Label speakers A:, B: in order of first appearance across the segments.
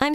A: I'm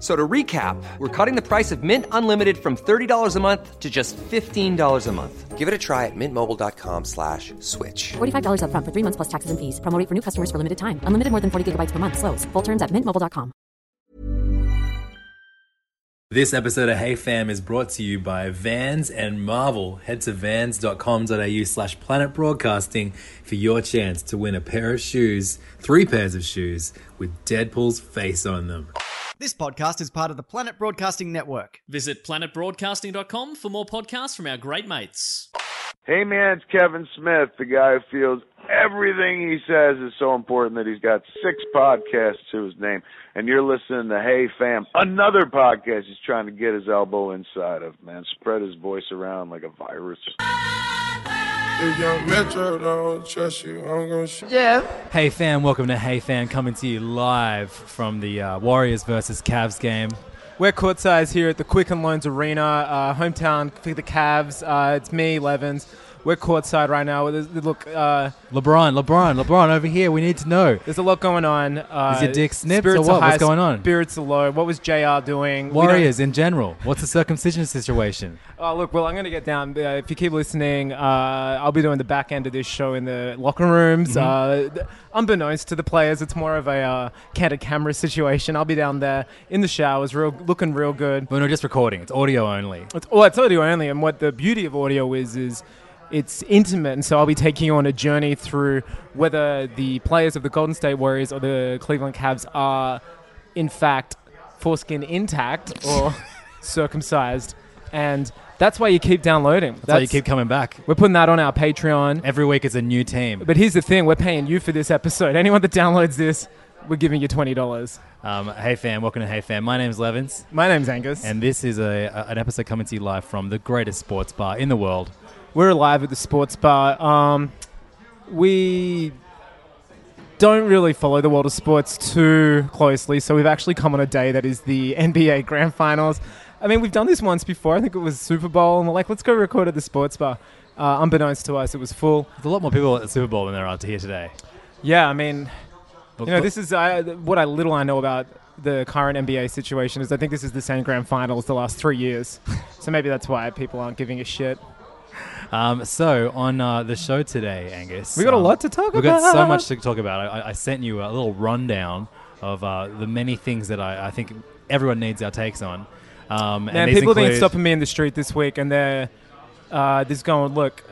B: So to recap, we're cutting the price of Mint Unlimited from $30 a month to just $15 a month. Give it a try at mintmobile.com slash switch.
C: $45 up front for three months plus taxes and fees. Promo rate for new customers for limited time. Unlimited more than 40 gigabytes per month. Slows. Full terms at mintmobile.com.
D: This episode of Hey Fam is brought to you by Vans and Marvel. Head to vans.com.au slash planet broadcasting for your chance to win a pair of shoes, three pairs of shoes, with Deadpool's face on them.
E: This podcast is part of the Planet Broadcasting Network.
F: Visit planetbroadcasting.com for more podcasts from our great mates.
G: Hey man, it's Kevin Smith, the guy who feels everything he says is so important that he's got six podcasts to his name. And you're listening to Hey Fam, another podcast he's trying to get his elbow inside of, man. Spread his voice around like a virus.
H: If young Metro don't trust you, I'm gonna shoot.
D: Hey Fam, welcome to Hey Fam, coming to you live from the uh, Warriors versus Cavs game.
I: We're courtside here at the Quicken Loans Arena, uh, hometown for the Cavs. Uh, it's me, Levins. We're courtside right now. There's- Look, uh,
D: LeBron, LeBron, LeBron over here. We need to know.
I: there's a lot going on. Uh,
D: Is your dick snipped or
I: spirits are
D: what? What's
I: high,
D: going on?
I: Spirits are low. What was Jr. doing? We don't-
D: Warriors in general. What's the circumcision situation?
I: Oh, look, well, I'm going to get down. Uh, if you keep listening, uh, I'll be doing the back end of this show in the locker
D: Mm-hmm.
I: rooms. Uh, th- unbeknownst to the players, it's more of a uh, candid camera situation. I'll be down there in the showers, real looking real good.
D: We're not just recording. It's audio only.
I: It's, well, it's audio only, and what the beauty of audio is is it's intimate, and so I'll be taking you on a journey through whether the players of the Golden State Warriors or the Cleveland Cavs are, in fact, foreskin intact or circumcised, and that's why you keep downloading.
D: That's why you keep coming back.
I: We're putting that on our Patreon.
D: Every week it's a new team.
I: But here's the thing: we're paying you for this episode. Anyone that downloads this, we're giving you twenty dollars.
D: Um, hey Fam, welcome to Hey Fam. My name's Levins.
I: My name's Angus,
D: And this is a, a- an episode coming to you live from the greatest sports bar in the world.
I: we're live at the sports bar. Um, we don't really follow the world of sports too closely, so we've actually come on a day that is the NBA Grand Finals. I mean, we've done this once before. I think it was Super Bowl, and we're like, let's go record at the sports bar. Uh, unbeknownst to us, it was full.
D: There's a lot more people at the Super Bowl than there are here today.
I: Yeah, I mean,
D: But,
I: you know, this is uh, what I little I know about the current NBA situation is I think this is the same Grand Final as the last three years, so maybe that's why people aren't giving a shit.
D: um, so on uh, the show today, Angus,
I: We got a
D: um,
I: lot to talk
D: We got so
I: about.
D: much to talk about. I, I- I sent you a little rundown of uh, the many things that I, I think everyone needs our takes on. Um,
I: Man,
D: and these
I: people have been
D: include-
I: stopping me in the street this week, and they're uh, just going, "Look,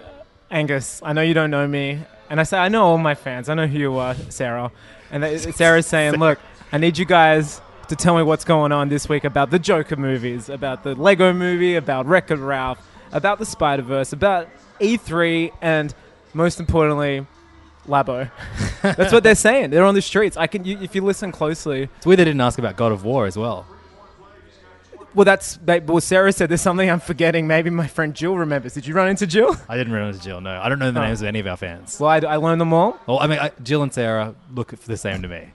I: Angus, I know you don't know me," and I say, "I know all my fans. I know who you are, Sarah." And they, Sarah's saying, "Look, I need you guys to tell me what's going on this week about the Joker movies, about the Lego movie, about Wreck-It Ralph, about the Spider Verse, about E3, and most importantly." Labo. That's what they're saying. They're on the streets. I can, you, if you listen closely,
D: It's weird they didn't ask about God of War as well.
I: well, that's they, well. Sarah said there's something I'm forgetting. Maybe my friend Jill remembers. Did you run into Jill?
D: I didn't run into Jill. No, I don't know the
I: Oh.
D: names of any of our fans.
I: Well, I, I learned them all.
D: Well, I mean, I, Jill and Sarah look the same to me.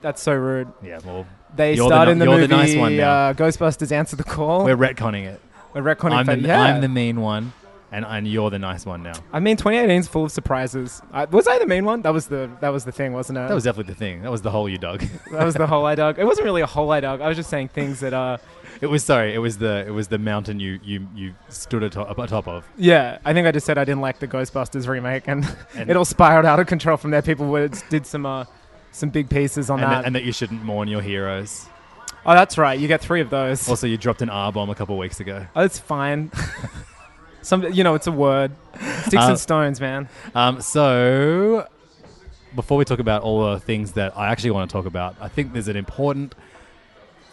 I: That's so rude.
D: Yeah, well,
I: They
D: you're
I: start
D: the,
I: in
D: ni-
I: the
D: you're
I: movie
D: the nice one now.
I: Uh, Ghostbusters Answer the Call.
D: We're retconning it.
I: We're retconning
D: I'm the,
I: fa- yeah.
D: I'm the mean one, and, and you're the nice one now.
I: I mean, 2018 is full of surprises. I, was I the main one? That was the that was the thing, wasn't it?
D: That was definitely the thing. That was the whole you dog.
I: that was the whole I dug. It wasn't really a whole I dug. I was just saying things that uh
D: it was sorry. It was the it was the mountain you you you stood atop, atop of.
I: yeah. I think I just said I didn't like the Ghostbusters remake, and,
D: And-
I: it all spiraled out of control from there. People were, did some uh some big pieces on
D: And
I: that.
D: that, and that you shouldn't mourn your heroes.
I: oh, that's right. You get three of those.
D: Also, you dropped an R bomb a couple weeks ago.
I: Oh, it's fine. Some, you know, it's a word. Sticks
D: Uh,
I: and stones, man.
D: Um, so before we talk about all the things that I actually want to talk about, I think there's an important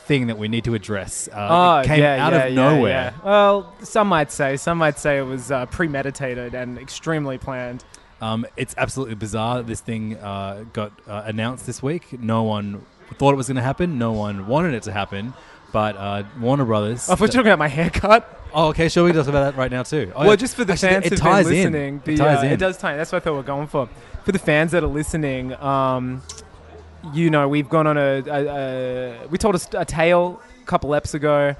D: thing that we need to address. Uh,
I: oh,
D: it came
I: yeah,
D: out
I: yeah,
D: of
I: yeah,
D: nowhere.
I: yeah. Well, some might say, some might say it was uh, premeditated and extremely planned.
D: Um, it's absolutely bizarre. that This thing uh, got uh, announced this week. No one thought it was going to happen. No one wanted it to happen. But uh, Warner Brothers.
I: Oh, if we're talking about my haircut,
D: Oh, okay. Sure, we can talk about that right now too. Oh,
I: well,
D: yeah.
I: just for the
D: Actually,
I: fans
D: it
I: who've
D: ties
I: been
D: in.
I: listening, the,
D: it ties
I: uh,
D: in.
I: it does tie. That's what I thought we we're going for. For the fans that are listening, um, you know, we've gone on a, a, a we told a, st- a tale a couple eps ago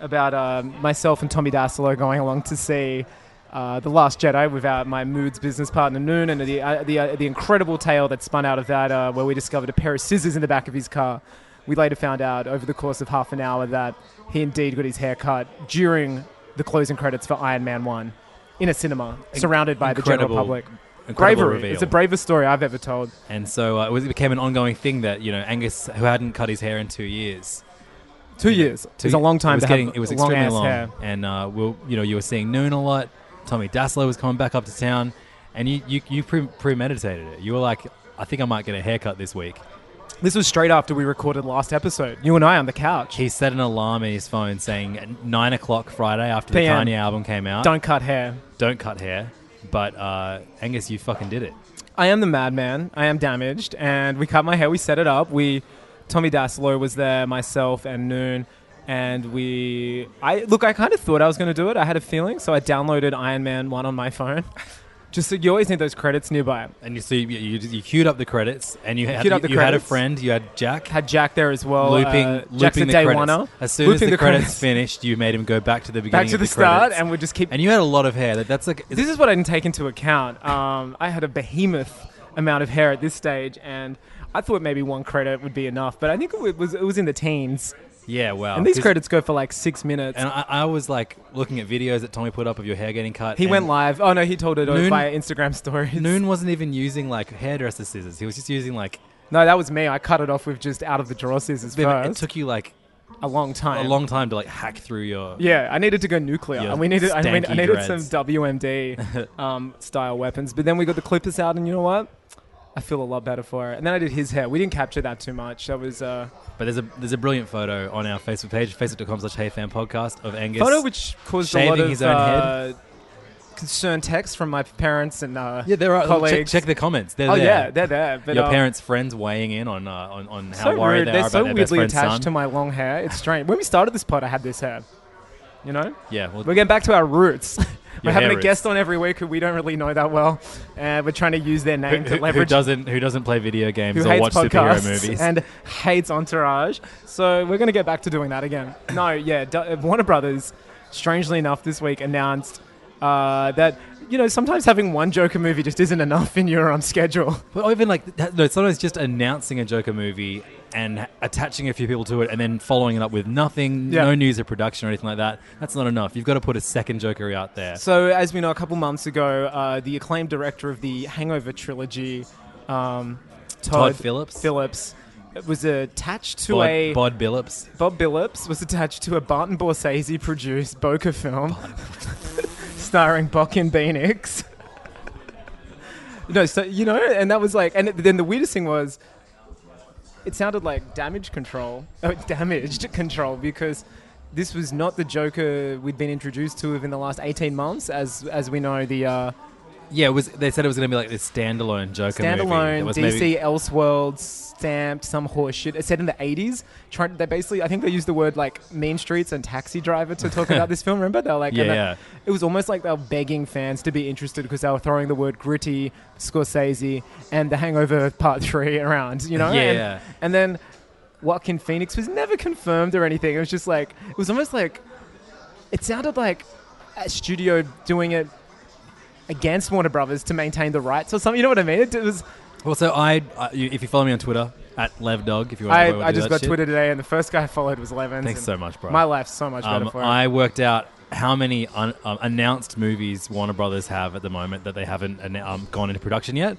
I: about um, myself and Tommy Dassolo going along to see. Uh, the Last Jedi with our, my Moods business partner Noon, and the, uh, the, uh, the incredible tale that spun out of that, uh, where we discovered a pair of scissors in the back of his car. We later found out over the course of half an hour that he indeed got his hair cut during the closing credits for Iron Man 1 in a cinema, surrounded by the general
D: incredible-
I: public.
D: incredible
I: Bravery.
D: reveal.
I: It's the bravest story I've ever told.
D: And so uh, it, was, it became an ongoing thing that you know Angus, who hadn't cut his hair in two years,
I: Two years.
D: two
I: it's a long time
D: It was,
I: to
D: getting,
I: have
D: it was
I: long
D: extremely
I: ass
D: long,
I: hair.
D: and uh, we'll, you know you were seeing Noon a lot. Tommy Dassler was coming back up to town, and you you, you pre- premeditated it. You were like, I think I might get a haircut this week.
I: This was straight after we recorded last episode. You and I on the couch.
D: He set an alarm in his phone saying at nine o'clock Friday after the
I: PM.
D: Kanye album came out.
I: Don't cut hair.
D: don't cut hair. But uh, Angus, you fucking did it.
I: I am the madman. I am damaged, and we cut my hair. We set it up. We, Tommy Daslow was there, myself, and Noon, and we. I look. I kind of thought I was going to do it. I had a feeling, so I downloaded Iron Man one on my phone. Just so you always need those credits nearby.
D: And you see, you, you, you queued up the credits, and you had
I: Queued up the
D: you had a
I: credits.
D: friend. You had Jack.
I: Had Jack there as well.
D: looping,
I: uh, Jack's
D: looping the
I: day
D: credits.
I: One-er.
D: As soon as
I: Looping
D: the, credits,
I: credits
D: finished, you made him go back to the beginning.
I: back to
D: of
I: the, start, and we just keep.
D: and you had a lot of hair. That, that's like
I: this is what I didn't take into account. Um, I had a behemoth amount of hair at this stage, and I thought maybe one credit would be enough, but I think it was it was in the teens.
D: yeah, wow.
I: and these
D: 'Cause-
I: credits go for like six minutes.
D: Oh, And I, I was like looking at videos that Tommy put up of your hair getting cut.
I: he
D: and
I: went live. Oh no, he told it
D: Noon-
I: via Instagram stories.
D: Noon wasn't even using like hairdresser scissors. He was just using like.
I: No, that was me. I cut it off with just out of the drawer scissors
D: It
I: first.
D: took you like
I: a long time.
D: a long time to like hack through your.
I: Yeah, I needed to go nuclear,
D: Your
I: and we needed. I, mean, I
D: stanky
I: needed
D: dreads.
I: some WMD um, style weapons, but then we got the clippers out, and you know what? I feel a lot better for it. And then I did his hair. We didn't capture that too much. That was uh,
D: But there's a there's a brilliant photo on our Facebook page, facebook.com slash heyfanpodcast of Angus.
I: photo which caused a lot
D: shaving
I: of
D: his own head.
I: uh, concerned text from my parents and uh,
D: Yeah, there are. oh, Check,
I: colleagues.
D: check the comments. They're
I: oh
D: there.
I: yeah, they're there. But
D: your
I: um,
D: parents' friends weighing in on uh, on, on how
I: so
D: worried
I: rude.
D: they
I: They're
D: are
I: so
D: about their best
I: weirdly
D: friend's
I: attached
D: son.
I: to my long hair. It's strange. when we started this pod, I had this hair. You know,
D: yeah, well,
I: we're getting back to our roots. we're
D: Your
I: having
D: hair
I: a
D: roots.
I: guest on every week who we don't really know that well, and we're trying to use their
D: who,
I: name
D: who-
I: to
D: who
I: leverage.
D: doesn't who doesn't play video games
I: who
D: or
I: hates
D: watch superhero
I: podcasts
D: movies?
I: and hates Entourage? So we're gonna get back to doing that again. No, yeah, D- uh, Warner Brothers, strangely enough, this week announced uh, that you know sometimes having one Joker movie just isn't enough in your um, schedule.
D: Well, even like that, no, sometimes just announcing a Joker movie and attaching a few people to it, and then following it up with nothing,
I: Yeah.
D: no news of production or anything like that. That's not enough. You've got to put a second Joker out there.
I: So, as we know, a couple months ago, uh, the acclaimed director of the Hangover trilogy, um, Todd,
D: Todd Phillips?
I: Phillips, uh, was attached to
D: Bod,
I: a
D: Bod Billups.
I: Bob Billups was attached to a Barton Borsese produced Boca film, starring Bokken Benix. no, so you know, and that was like, and then the weirdest thing was, it sounded like damage control, oh, damaged control, because this was not the Joker we'd been introduced to within the last eighteen months, as as we know the uh,
D: Yeah, it was. They said it was going to be like this standalone Joker movie.
I: standalone
D: That was
I: DC
D: maybe-
I: Elseworlds stamped some horse shit. It's set in the eighties. Trying they basically, I think they used the word like Mean Streets and Taxi Driver to talk about this film. Remember they were like,
D: Yeah,
I: and they-
D: yeah.
I: It was almost like they were begging fans to be interested because they were throwing the word gritty, Scorsese, and The Hangover Part Three around. You know,
D: Yeah,
I: and,
D: yeah.
I: and then Joaquin Phoenix was never confirmed or anything. It was just like it was almost like it sounded like a studio doing it against Warner Brothers to maintain the rights or something. You know what I mean? It was.
D: Well, so I, I you, if you follow me on Twitter at levdog, if you want,
I: I,
D: to
I: I just
D: that
I: got
D: shit.
I: Twitter today, and the first guy I followed was Levens.
D: Thanks
I: and
D: so much, bro.
I: My life's so much better
D: Um,
I: for it.
D: I worked out how many un, um, announced movies Warner Brothers have at the moment that they haven't annou- um, gone into production yet.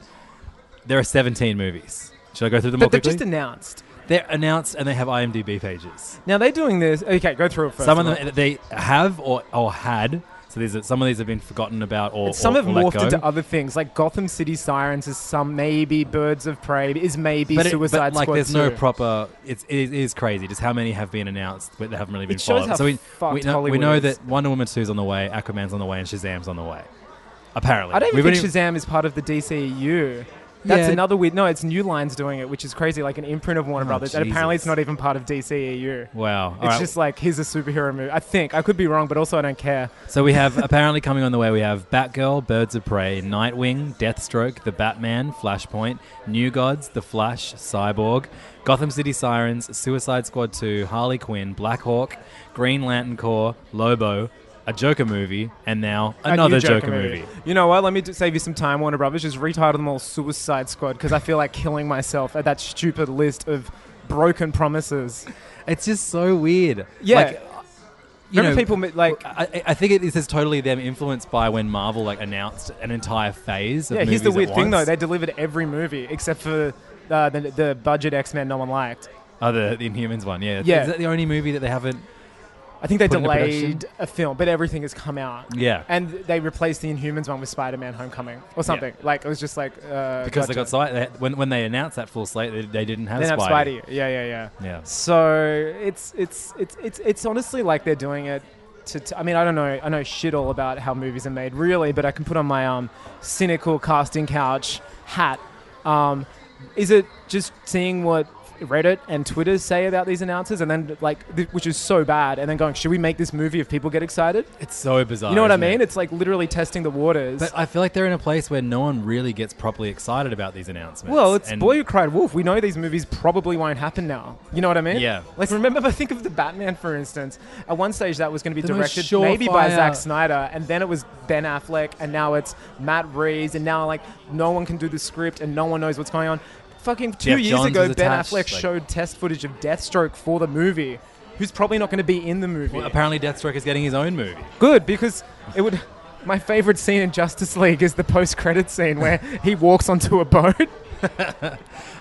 D: There are 17 movies. Should I go through them all
I: but they've
D: quickly?
I: just announced.
D: They're announced and they have IMDb pages.
I: Now they're doing this. Okay, go through it first.
D: Some of
I: I'm
D: them they have or, or had. So these are, some of these have been forgotten about or
I: And some
D: or,
I: have
D: or let
I: morphed
D: go.
I: into other things, like Gotham City Sirens is some maybe Birds of Prey is maybe
D: but it-
I: Suicide
D: but, like,
I: Squad.
D: there's no
I: 2.
D: proper. It's it is crazy just how many have been announced, but they haven't really been
I: shows
D: followed.
I: how
D: so we,
I: fucked
D: we know, we
I: Hollywood
D: know
I: is.
D: that Wonder Woman 2 is on the way, Aquaman's on the way, and Shazam's on the way. Apparently,
I: I don't
D: We
I: even
D: wouldn't
I: think Shazam is part of the DCU. That's
D: Yeah.
I: another weird. No, it's New Line's doing it, which is crazy. Like an imprint of Warner
D: Oh,
I: Brothers, and apparently it's
D: Jesus.
I: not even part of DCEU.
D: Wow. All
I: it's
D: right.
I: just like here's a superhero movie. I think I could be wrong, but also I don't care.
D: So we have apparently coming on the way. We have Batgirl, Birds of Prey, Nightwing, Deathstroke, The Batman, Flashpoint, New Gods, The Flash, Cyborg, Gotham City Sirens, Suicide Squad 2, Harley Quinn, Black Hawk, Green Lantern Corps, Lobo, a Joker movie, and now
I: A new
D: another Joker, movie.
I: You know what? Let me do, save you some time, Warner Brothers. Just retitle them all Suicide Squad because I feel like killing myself at that stupid list of broken promises.
D: It's just so weird.
I: Yeah.
D: Like, you
I: Remember
D: know,
I: people ma- like
D: I, I- I think it is is totally them influenced by when Marvel like announced an entire phase. Of
I: Yeah, here's the
D: movies
I: weird
D: at
I: thing though.
D: once.
I: They delivered every movie except for uh, the, the budget X Men no one liked.
D: oh, the, the Inhumans one. Yeah,
I: Yeah.
D: Is that the only movie that they haven't?
I: I think they
D: put into production?
I: delayed a film, but everything has come out.
D: Yeah.
I: and they replaced the Inhumans one with Spider Man Homecoming or something. Like it was just like uh,
D: because they
I: gotcha.
D: got Spidey. They, when, when they announced that full slate, they, they didn't have
I: They didn't have
D: Spidey.
I: Spidey. Yeah, yeah, yeah.
D: Yeah.
I: So it's it's it's it's it's honestly like they're doing it. To, to, I mean, I don't know. I know shit all about how movies are made, really, but I can put on my um, cynical casting couch hat. Um, is it just seeing what Reddit and Twitter say about these announcers, and then like, th- which is so bad, and then going, should we make this movie if people get excited?
D: It's so bizarre.
I: you know what I
D: isn't it?
I: mean? It's like literally testing the waters.
D: But uh, I feel like they're in a place where no one really gets properly excited about these announcements.
I: Well, it's
D: And-
I: Boy Who Cried Wolf. We know these movies probably won't happen now. You know what I mean?
D: Yeah.
I: Like, remember, I think of the Batman, for instance. At one stage, that was going to be
D: The most
I: directed maybe by
D: surefire-
I: Zack Snyder, and then it was Ben Affleck, and now it's Matt Reeves, and now, like, no one can do the script, and no one knows what's going on. Fucking two
D: Jeff
I: years
D: Johns
I: ago,
D: was
I: Ben
D: attached,
I: Affleck
D: like-
I: showed test footage of Deathstroke for the movie, who's probably not going to be in the movie.
D: Well, apparently, Deathstroke is getting his own movie.
I: Good, because it would. My favorite scene in Justice League is the post-credit scene where he walks onto a boat.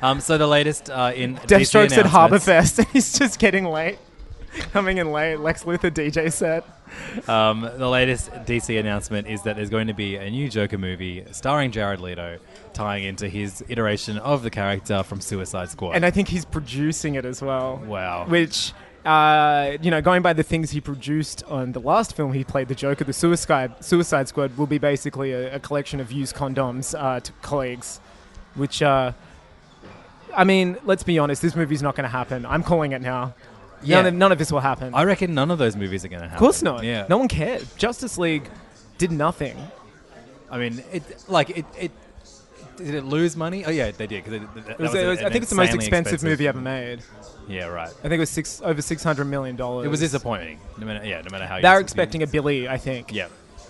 D: Um, so the latest uh, in
I: Deathstroke's
D: DC
I: at
D: announcements,
I: Harborfest and he's just getting late. Coming in late, Lex Luthor DJ set.
D: Um, the latest DC announcement is that there's going to be a new Joker movie starring Jared Leto, tying into his iteration of the character from Suicide Squad.
I: And uh, I think he's producing it as well.
D: Wow.
I: Which, uh, you know, going by the things he produced on the last film he played, The Joker, The Suicide, Suicide Squad, will be basically a, a collection of used condoms uh, to colleagues. Which, uh, I mean, let's be honest, this movie's not going to happen. I'm calling it now.
D: Yeah.
I: None, of, none of this will happen.
D: I reckon none of those movies are going to happen.
I: of course not.
D: Yeah.
I: No one cared. Justice League did nothing.
D: I mean, it like it it. Did it lose money? Oh yeah, they did. 'cause it, that
I: It was,
D: was
I: it
D: a-
I: was- I
D: an
I: think it's the most
D: insanely
I: expensive, movie ever made.
D: Yeah, right.
I: I think it was six over six hundred million dollars.
D: It was disappointing. No matter, yeah, no matter how. you
I: They were
D: you-
I: expecting a billy, I think.
D: Yeah.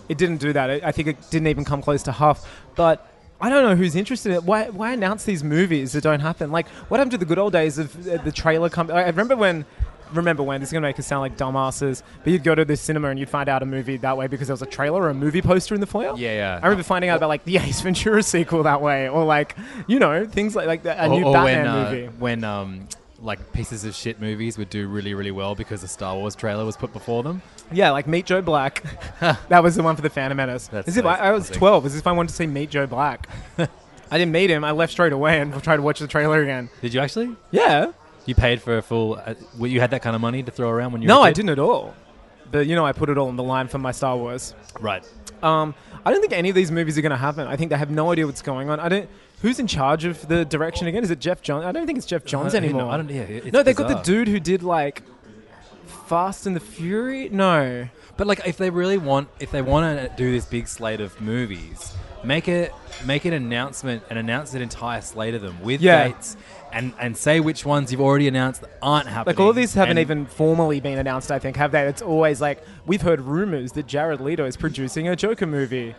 I: It didn't do that. It, I think it didn't even come close to half. But I don't know who's interested in it. Why, why announce these movies that don't happen? Like, what happened to the good old days of uh, the trailer company? I remember when. Remember when this is gonna make us sound like dumbasses, but you'd go to the cinema and you'd find out a movie that way because there was a trailer or a movie poster in the foyer.
D: Yeah, yeah.
I: I remember finding out about like the Ace Ventura sequel that way, or like you know things like like the, a
D: or,
I: new
D: or
I: Batman
D: when, uh,
I: movie.
D: When um, like pieces of shit movies would do really really well because the Star Wars trailer was put before them.
I: Yeah, like Meet Joe Black. that was the one for the Phantom Menace.
D: That's
I: as if
D: nice.
I: I, I was
D: Classic.
I: 12. As if I wanted to see Meet Joe Black. I didn't meet him. I left straight away and tried to watch the trailer again.
D: Did you actually?
I: Yeah.
D: You paid for a full. Uh, well, you had that kind of money to throw around when you.
I: No,
D: were a
I: I
D: kid?
I: didn't at all. But you know, I put it all on the line for my Star Wars.
D: Right.
I: Um, I don't think any of these movies are going to happen. I think they have no idea what's going on. I don't. Who's in charge of the direction again? Is it Jeff Johns? I don't think it's Jeff Johns
D: I- I don't-
I: anymore.
D: Uh, I don't- yeah, it's
I: no, they got the
D: bizarre.
I: dude who did like Fast and the Fury. No.
D: But like, if they really want, if they want to do this big slate of movies, make it make an announcement and announce an entire slate of them with
I: Yeah.
D: dates, and and say which ones you've already announced that aren't happening.
I: Like all of these haven't
D: and-
I: even formally been announced, I think, have they? It's always like we've heard rumors that Jared Leto is producing a Joker movie.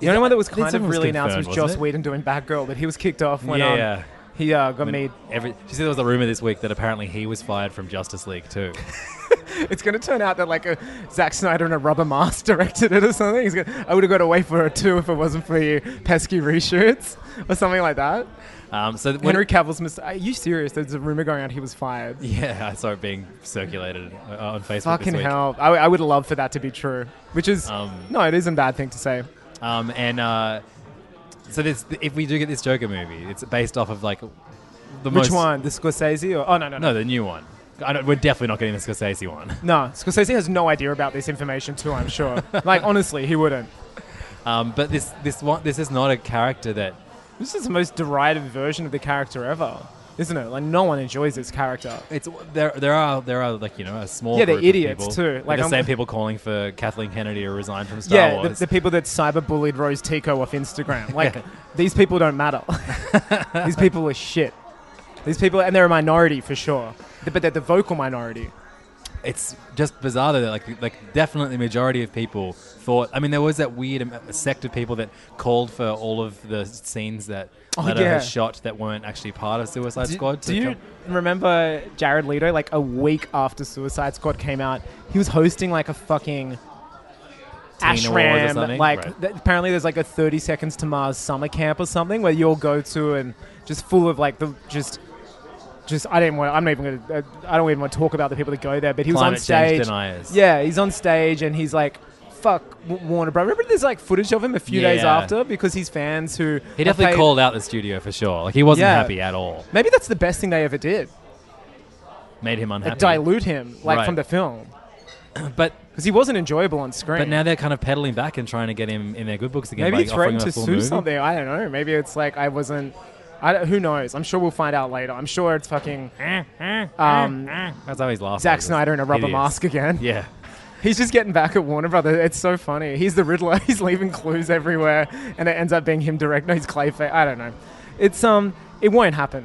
I: The only one that was
D: I think
I: kind of
D: someone was
I: really announced was
D: confirmed,
I: Joss
D: wasn't it?
I: Whedon doing Batgirl, but he was kicked off when
D: Yeah,
I: um,
D: yeah.
I: he uh, got
D: When
I: made.
D: Every, she said there was a rumor this week that apparently he was fired from Justice League too.
I: it's going to turn out that like a Zack Snyder and a rubber mask directed it or something. He's gonna, I would have got away for it too if it wasn't for you pesky reshoots or something like that.
D: Um, so th- when-
I: Henry Cavill's mistake. Are you serious? There's a rumor going out he was fired.
D: Yeah, I saw it being circulated uh, on Facebook.
I: Fucking
D: this week.
I: hell! I, I would love for that to be true. Which is
D: Um,
I: no, it isn't a bad thing to say.
D: Um, and uh, so this, if we do get this Joker movie, it's based off of like the
I: Which
D: most.
I: one? The Scorsese or oh no no no
D: No, the new one. I don't, we're definitely not getting the Scorsese one.
I: no Scorsese has no idea about this information too. I'm sure. like honestly, he wouldn't.
D: Um, but this this one this is not a character that
I: This is the most derided version of the character ever, isn't it? Like no one enjoys this character.
D: it's there. There are there are like you know a small
I: Yeah, they're
D: group of
I: idiots
D: people.
I: too.
D: They're
I: Like,
D: the
I: I'm-
D: same people calling for Kathleen Kennedy to resign from Star
I: yeah, the,
D: Wars.
I: the people that cyberbullied Rose Tico off Instagram. Like
D: Yeah.
I: these people don't matter. these people are shit. These people, and they're a minority for sure, Th- but they're the vocal minority.
D: it's just bizarre though that like like definitely the majority of people thought I mean there was that weird am- sect of people that called for all of the scenes that
I: Oh,
D: Leto
I: yeah.
D: has shot that weren't actually part of Suicide
I: Do-
D: Squad. to
I: Do you
D: come-
I: remember Jared Leto? Like a week after Suicide Squad came out, he was hosting like a fucking
D: Teen Awards or
I: ashram.
D: something?
I: Like
D: Right.
I: th- apparently, there's like a 30 Seconds to Mars summer camp or something where you all go to and just full of like the just. Just I didn't want. I'm not even gonna. uh, I don't even want to talk about the people that go there. But he
D: Climate
I: was on
D: change
I: stage.
D: deniers.
I: Yeah, he's on stage and he's like, "Fuck W- Warner Bros." Remember, there's like footage of him a few days
D: Yeah.
I: after because he's fans who
D: he
I: have
D: definitely
I: paid-
D: called out the studio for sure. Like he wasn't
I: Yeah.
D: happy at all.
I: Maybe that's the best thing they ever did
D: Made him
I: that
D: unhappy.
I: dilute him like
D: Right.
I: from the film
D: but
I: because he wasn't enjoyable on screen.
D: but now they're kind of peddling back and trying to get him in their good books again.
I: maybe
D: by
I: he threatened
D: offering him
I: to
D: a full
I: sue
D: movie.
I: something. I don't know. Maybe it's like I wasn't. I don't, who knows? I'm sure we'll find out later. I'm sure it's fucking
D: Eh,
I: um,
D: That's how he's laughing.
I: Zack
D: It's
I: Snyder in a rubber
D: eh, hideous.
I: mask again.
D: Yeah.
I: He's just getting back at Warner Brother. It's so funny. He's the Riddler. He's leaving clues everywhere, and it ends up being him direct. No, he's Clayface. I don't know. It's um, it won't happen.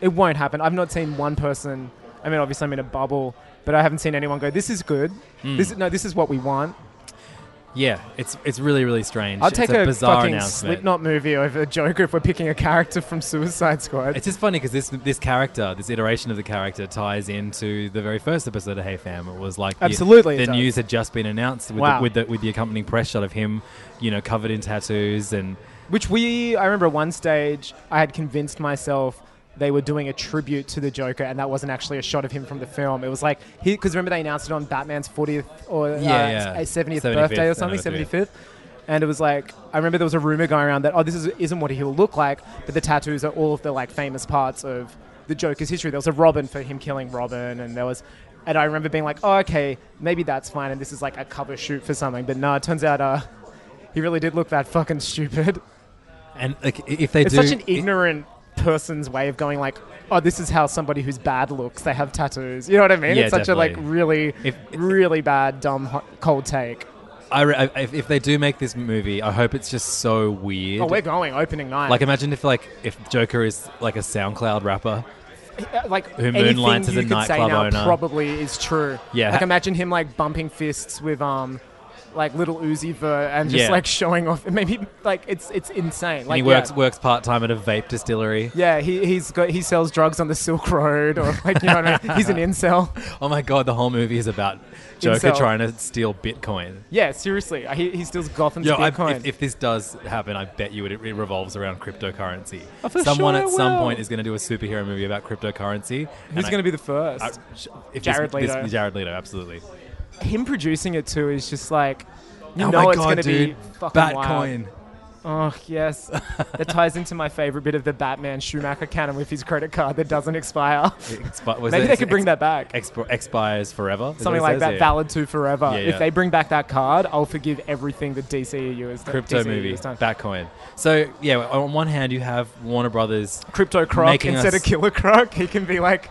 I: It won't happen. I've not seen one person. I mean, obviously, I'm in a bubble, but I haven't seen anyone go. This is good.
D: Mm.
I: This is, no, this is what we want.
D: Yeah, it's it's really really strange.
I: I'll take
D: it's a,
I: a,
D: bizarre
I: fucking
D: announcement.
I: Slipknot movie over Joker if we're picking a character from Suicide Squad.
D: It's just funny because this this character, this iteration of the character, ties into the very first episode of Hey Fam. It was like the-
I: Absolutely it
D: the,
I: does.
D: news had just been announced with,
I: Wow.
D: the, with the with the accompanying press shot of him, you know, covered in tattoos and
I: Which we, I remember at one stage, I had convinced myself they were doing a tribute to the Joker, and that wasn't actually a shot of him from the film. It was like he, because remember they announced it on Batman's 40th or uh,
D: Yeah, yeah.
I: a 70th,
D: 75th,
I: birthday or something,
D: anniversary.
I: 75th. And it was like I remember there was a rumor going around that oh this is, isn't what he'll look like, but the tattoos are all of the like famous parts of the Joker's history. There was a Robin for him killing Robin, and there was, and I remember being like, oh okay, maybe that's fine, and this is like a cover shoot for something. But no, it turns out uh, he really did look that fucking stupid
D: and like i- if they
I: it's
D: do
I: such an ignorant person's way of going like, oh, this is how somebody who's bad looks. They have tattoos. You know what I mean?
D: Yeah,
I: it's such a like
D: definitely.
I: really,
D: If-
I: really bad, dumb, hot, cold take.
D: I, re- I- if, if they do make this movie, I hope it's just so weird.
I: Oh, we're going opening night.
D: like imagine if like if Joker is like a SoundCloud rapper.
I: Uh, like
D: who
I: anything
D: moonlights as
I: you
D: a
I: could say
D: nightclub
I: now
D: owner.
I: probably is true.
D: Yeah.
I: Like imagine him like bumping fists with um. Like little Uzi Vert and just
D: Yeah.
I: like showing off. Maybe like it's it's insane.
D: And
I: Like
D: he works
I: yeah.
D: works part time at a vape distillery.
I: Yeah, he he's got he sells drugs on the Silk Road or like you know what I mean. He's an incel.
D: Oh my god, the whole movie is about Joker
I: Incel.
D: trying to steal Bitcoin.
I: Yeah, seriously, he, he steals Gotham's
D: Yo, I,
I: Bitcoin.
D: if, if this does happen, I bet you it, it revolves around cryptocurrency.
I: Oh, for
D: Someone
I: sure
D: at
I: it
D: some
I: will.
D: point is going to do a superhero movie about cryptocurrency.
I: Who's going to be the first?
D: Uh, if
I: Jared
D: this,
I: Leto.
D: This, Jared Leto, absolutely.
I: Him producing it too is just like, you
D: oh
I: know,
D: my
I: it's
D: god,
I: going to be
D: dude!
I: fucking
D: Batcoin.
I: wild. Oh yes, that ties into my favorite bit of the Batman Schumacher canon with his credit card that doesn't expire.
D: Expi- was
I: Maybe
D: it-
I: they could bring that back.
D: Expi- expires forever. Is
I: Something
D: what it
I: like
D: says?
I: that,
D: Yeah.
I: valid to forever.
D: Yeah,
I: If
D: yeah.
I: they bring back that card, I'll forgive everything that DCEU has done.
D: crypto
I: DCEU
D: movie,
I: has done.
D: Batcoin. So yeah, on one hand you have Warner Brothers
I: Crypto Croc
D: making
I: instead
D: us-
I: of Killer Croc, he can be like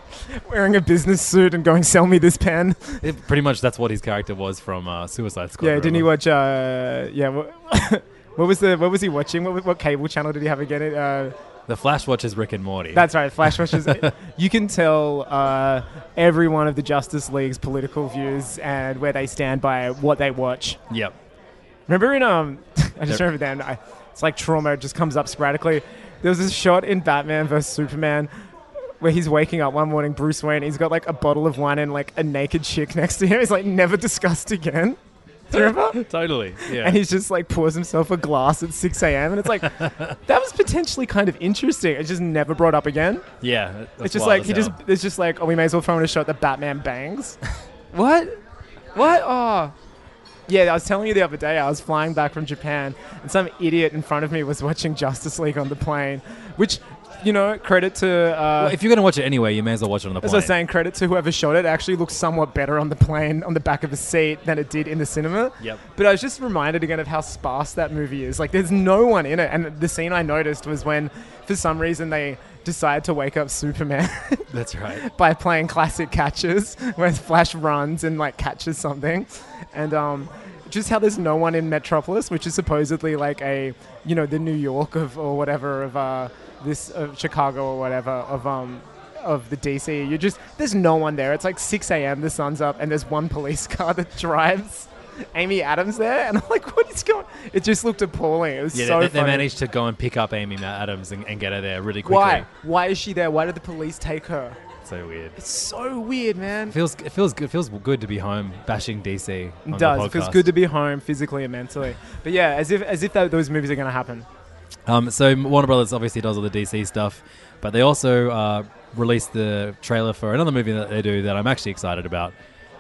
I: wearing a business suit and going, "Sell me this pen."
D: It- pretty much that's what his character was from uh, Suicide Squad.
I: yeah, didn't he
D: remember?
I: watch? Uh, yeah, what, what was the what was he watching? What, what cable channel did he have again? Uh,
D: The Flash watches Rick and Morty.
I: That's right, Flash Rushes. you can tell uh, every one of the Justice League's political views and where they stand by what they watch.
D: yep.
I: Remember in um, I just
D: There-
I: remember then. I, it's like trauma just comes up sporadically. There was this shot in Batman vs Superman. where where he's waking up one morning, Bruce Wayne, he's got like a bottle of wine and like a naked chick next to him. He's like never discussed again. Do you remember?
D: totally. Yeah.
I: And he's just like pours himself a glass at 6 a.m. And it's like, that was potentially kind of interesting. It's just never brought up again.
D: Yeah, that- that's
I: It's just
D: wild
I: like,
D: as
I: he just,
D: hell.
I: it's just like, oh, we may as well throw in a shot that Batman bangs. what? What? Oh. Yeah, I was telling you the other day, I was flying back from Japan, and some idiot in front of me was watching Justice League on the plane, which, you know, credit to. Uh,
D: Well, if you're going to watch it anyway, you may as well watch it on the
I: as
D: plane.
I: I was saying, credit to whoever shot it. it actually looks somewhat better on the plane, on the back of a seat, than it did in the cinema.
D: Yep.
I: But I was just reminded again of how sparse that movie is. Like, there's no one in it. And the scene I noticed was when, for some reason, they decide to wake up Superman
D: That's right.
I: by playing classic catches, where Flash runs and like catches something, and um, just how there's no one in Metropolis, which is supposedly like a you know the New York of or whatever of uh, this of Chicago or whatever of um of the DC. You just there's no one there. It's like 6 a.m. The sun's up, and there's one police car that drives. Amy Adams there, and I'm like, what is going? It just looked appalling. It was
D: Yeah,
I: so
D: they, they
I: funny.
D: managed to go and pick up Amy Adams and, and get her there really quickly.
I: Why? Why is she there? Why did the police take her?
D: So weird.
I: It's so weird, man.
D: It feels it feels good. Feels good to be home bashing DC. On
I: It
D: The
I: does. It feels
D: podcast.
I: good to be home physically and mentally. But yeah, as if as if that, those movies are going to happen.
D: Um, so Warner Brothers obviously does all the DC stuff, but they also uh, released the trailer for another movie that they do that I'm actually excited about.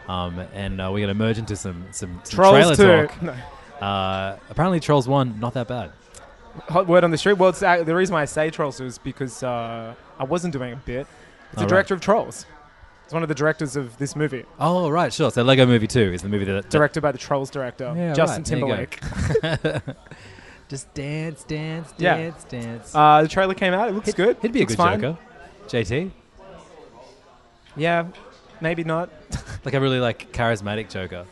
D: Um, and uh, we're going to merge into some some, some
I: Trolls
D: trailer
I: two.
D: talk.
I: No.
D: Uh, apparently, Trolls one not that bad.
I: Hot word on the street. Well, it's, uh, the reason why I say Trolls is because uh, I wasn't doing a bit. It's
D: All
I: the
D: right.
I: director of Trolls. It's one of the directors of this movie,
D: Oh right, sure. So Lego Movie two is the movie that, that
I: directed by the Trolls director,
D: Yeah,
I: Justin
D: right, there you go.
I: Timberlake.
D: Just dance, dance,
I: Yeah.
D: dance, dance.
I: Uh, the trailer came out. It looks good.
D: He'd be a
I: Looks
D: good
I: fine.
D: Joker. JT,
I: Yeah, maybe not.
D: like a really like charismatic Joker.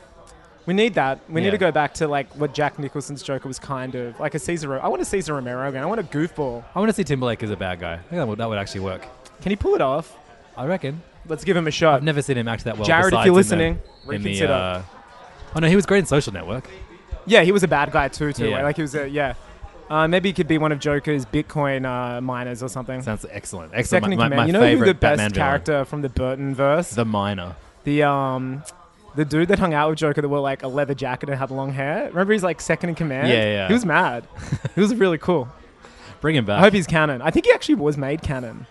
I: We need that. We
D: Yeah.
I: need to go back to like what Jack Nicholson's Joker was kind of like a Caesar. I want a Caesar Romero again. I want a goofball.
D: I want to see Timberlake as a bad guy. I think that would, that would actually work.
I: Can he pull it off?
D: I reckon.
I: Let's give him a shot.
D: I've never seen him act that well.
I: Jared, if
D: besides
I: you're
D: in the-
I: listening,
D: in the,
I: reconsider.
D: uh, oh no, he was great in Social Network.
I: Yeah, he was a bad guy too. Too
D: Yeah.
I: like he was a yeah. Uh, maybe he could be one of Joker's Bitcoin uh, miners or something.
D: Sounds excellent. Excellent.
I: Second
D: My,
I: in
D: my,
I: command.
D: my
I: you know
D: favorite
I: who the best
D: Batman villain.
I: character from the Burton verse? The,
D: The Miner.
I: um, the dude that hung out with Joker that wore like a leather jacket and had long hair. Remember, he's like second in command.
D: Yeah, yeah. Uh,
I: He was mad. he was really cool.
D: Bring him back.
I: I hope he's canon. I think he actually was made canon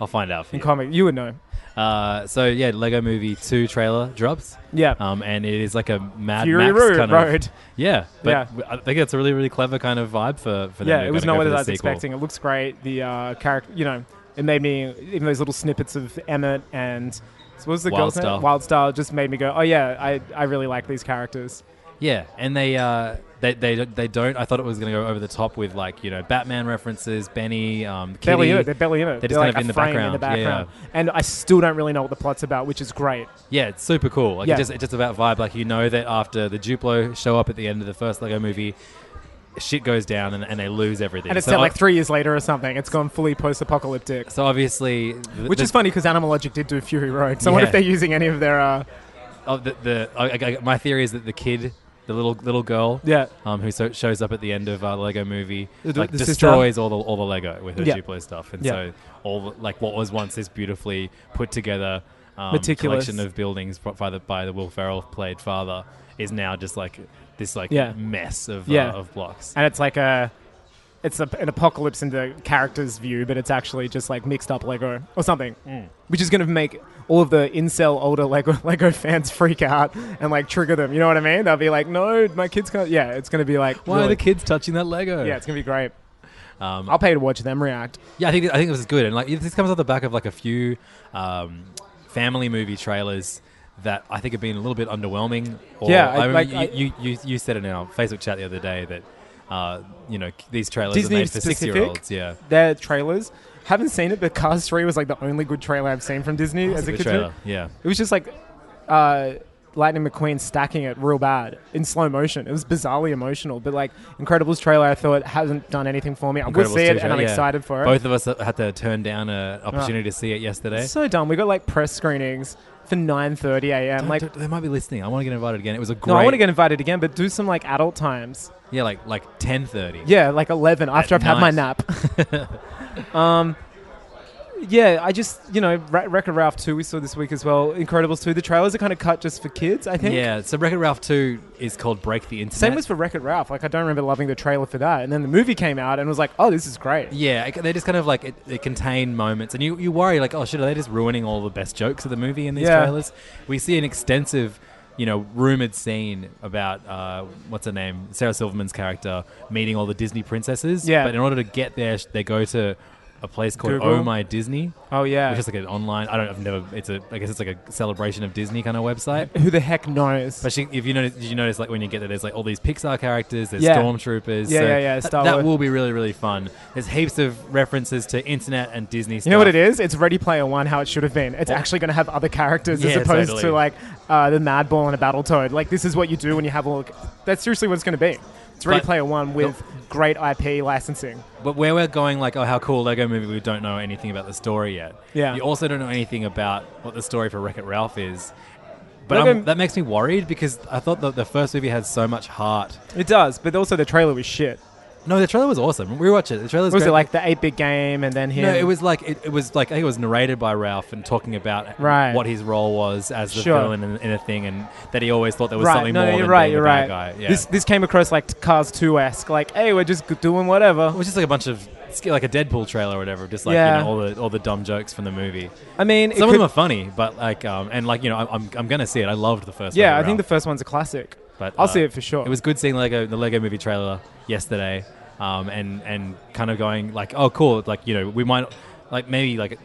D: I'll find out for
I: in
D: you.
I: comic. You would know.
D: Uh, so yeah, Lego Movie Two trailer drops.
I: Yeah.
D: Um, and it is like a Mad
I: Fury
D: Max
I: Road.
D: kind
I: Road.
D: of. Yeah, but
I: Yeah.
D: I think it's a really, really clever kind of vibe for for them.
I: yeah,
D: They're
I: it was
D: gonna
I: not
D: go
I: what
D: for
I: I
D: the
I: was
D: sequel.
I: expecting. It looks great. The uh, character, you know, it made me even those little snippets of Emmett and what was the girl's
D: Wildstar.
I: name? Wildstar just made me go, oh yeah, I, I really like these characters.
D: Yeah, and they uh, they they they don't. I thought it was going to go over the top with like you know Batman references, Benny, um, Kitty.
I: Barely in it. They're barely in it.
D: They're just
I: They're
D: kind
I: like
D: of in the
I: a frame
D: background.
I: in the
D: Yeah,
I: background. And I still don't really know what the plot's about, which is great.
D: Yeah, it's super cool. Like
I: Yeah.
D: it just it's just about vibe. Like you know that after the Duplo show up at the end of the first Lego movie, shit goes down and, and they lose everything.
I: And it's
D: So
I: set
D: o-
I: like three years later or something. It's gone fully post-apocalyptic,
D: So obviously, th-
I: which
D: the,
I: is funny because Animal Logic did do Fury Road. So I wonder
D: Yeah.
I: if they're using any of their. Uh,
D: oh, the, the I, I- I- my theory is that the kid, the little little girl,
I: Yeah.
D: um, who so, shows up at the end of uh, Lego movie,
I: The-
D: like
I: the sister.
D: destroys all the all the Lego with her
I: Yeah.
D: Duplo stuff, and
I: Yeah.
D: so all the- like what was once this beautifully put together. Um,
I: Meticulous.
D: collection of buildings pro- by the, by the Will Ferrell played father is now just like this like
I: Yeah.
D: mess of
I: Yeah.
D: uh, of blocks.
I: and it's like a it's a, an apocalypse in the character's view, but it's actually just like mixed up Lego or something,
D: Hmm.
I: which is going to make all of the incel older Lego Lego fans freak out and like trigger them. You know what I mean? They'll be like, "No, my kids can't." Yeah, it's going to be like,
D: Why are
I: really-
D: the kids touching that Lego?
I: Yeah, it's going to be great.
D: Um,
I: I'll pay to watch them react.
D: yeah. I think I think this is good, and like this comes off the back of like a few um, family movie trailers that I think have been a little bit underwhelming. Or,
I: Yeah, I-
D: I, remember
I: like,
D: you,
I: I-
D: you, you you said it in our Facebook chat the other day that uh, you know these trailers
I: Disney
D: are made for
I: specific?
D: six year olds. Yeah,
I: Their trailers haven't seen it, but Cars Three was like the only good trailer I've seen from Disney
D: That's
I: as
D: a
I: a
D: good
I: kid.
D: trailer. Yeah,
I: It was just like uh, Lightning McQueen stacking it real bad in slow motion. It was bizarrely emotional, but like Incredibles trailer, I thought hasn't done anything for me. I will
D: Incredibles
I: see it,
D: 2
I: and I'm
D: trailer, yeah.
I: excited for it.
D: Both of eh? us had to turn down an opportunity to see it yesterday.
I: so dumb. We got like press screenings for 9:30 a.m.
D: Don't-
I: Like,
D: don't- they might be listening. I want to get invited again. It was a great.
I: no, I want to get invited again, but do some like adult times.
D: Yeah, like like ten thirty.
I: Yeah, like 11 after
D: At
I: I've had my
D: night.
I: nap. um, yeah, I just you know Ra- Wreck It Ralph two we saw this week as well. Incredibles two. The trailers are kind of cut just for kids. I think.
D: Yeah, so Wreck It Ralph 2 is called Break the Internet.
I: Same was for Wreck It Ralph. Like I don't remember loving the trailer for that, and then the movie came out and was like, oh, this is great.
D: Yeah, it- they just kind of like it, they contain moments, and you, you worry like, oh shit, are they just ruining all the best jokes of the movie in these
I: Yeah.
D: trailers? We see an extensive, you know, rumored scene about uh, what's her name, Sarah Silverman's character meeting all the Disney princesses.
I: Yeah.
D: but in order to get there, sh- they go to a place called
I: Google.
D: Oh My Disney.
I: Oh, yeah.
D: which is like an online. I don't. I've never. It's a. I guess it's like a celebration of Disney kind of website.
I: Who the heck knows?
D: But she, if you notice, did you notice like when you get there, there's like all these Pixar characters, there's
I: Yeah.
D: stormtroopers.
I: Yeah,
D: so
I: yeah, yeah,
D: th-
I: Star
D: that
I: Wars.
D: will be really, really fun. There's heaps of references to internet and Disney.
I: You know what it is? It's Ready Player One, how it should have been. It's actually going to have other characters as
D: Yeah,
I: opposed
D: totally.
I: to like uh, the Madball and a Battletoad. Like this is what you do when you have all. That's seriously what it's going to be. It's Ready
D: But-
I: Player One with great IP licensing.
D: But where we're going, like, oh, how cool Lego movie, we don't know anything about the story yet.
I: Yeah.
D: You also don't know anything about what the story for Wreck It Ralph is. But
I: Lego-
D: I'm- that makes me worried because I thought that the first movie had so much heart.
I: It does, but also the trailer was shit.
D: No, the trailer was awesome. Rewatch it. The trailer
I: Was it like the eight bit game and then him?
D: No, it was like it, it was like I think it was narrated by Ralph and talking about
I: Right.
D: what his role was as the
I: Sure.
D: villain in, in a thing, and that he always thought there was
I: right.
D: something
I: no,
D: more
I: you're
D: than
I: right.
D: being
I: you're
D: the
I: right.
D: bad guy. Yeah.
I: This this came across like Cars Two esque. Like, hey, we're just doing whatever.
D: it was just like a bunch of it's like a Deadpool trailer or whatever, just like
I: Yeah.
D: you know all the all the dumb jokes from the movie.
I: I mean, it
D: some of them
I: could-
D: are funny, but like um, and like you know I- I'm I'm gonna see it. I loved the first.
I: yeah,
D: Wreck-It
I: I think the
D: Ralph,
I: first one's a classic.
D: but
I: I'll
D: uh,
I: see it for sure.
D: It was good seeing Lego the Lego Movie trailer yesterday, um, and and kind of going like oh cool like you know we might like maybe like.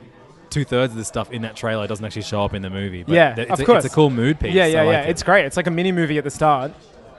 D: Two thirds of the stuff in that trailer doesn't actually show up in the movie. But
I: yeah,
D: th- it's
I: of
D: a,
I: course.
D: It's a cool mood piece.
I: Yeah,
D: I
I: yeah,
D: like
I: yeah.
D: it.
I: It's great. It's like a mini movie at the start.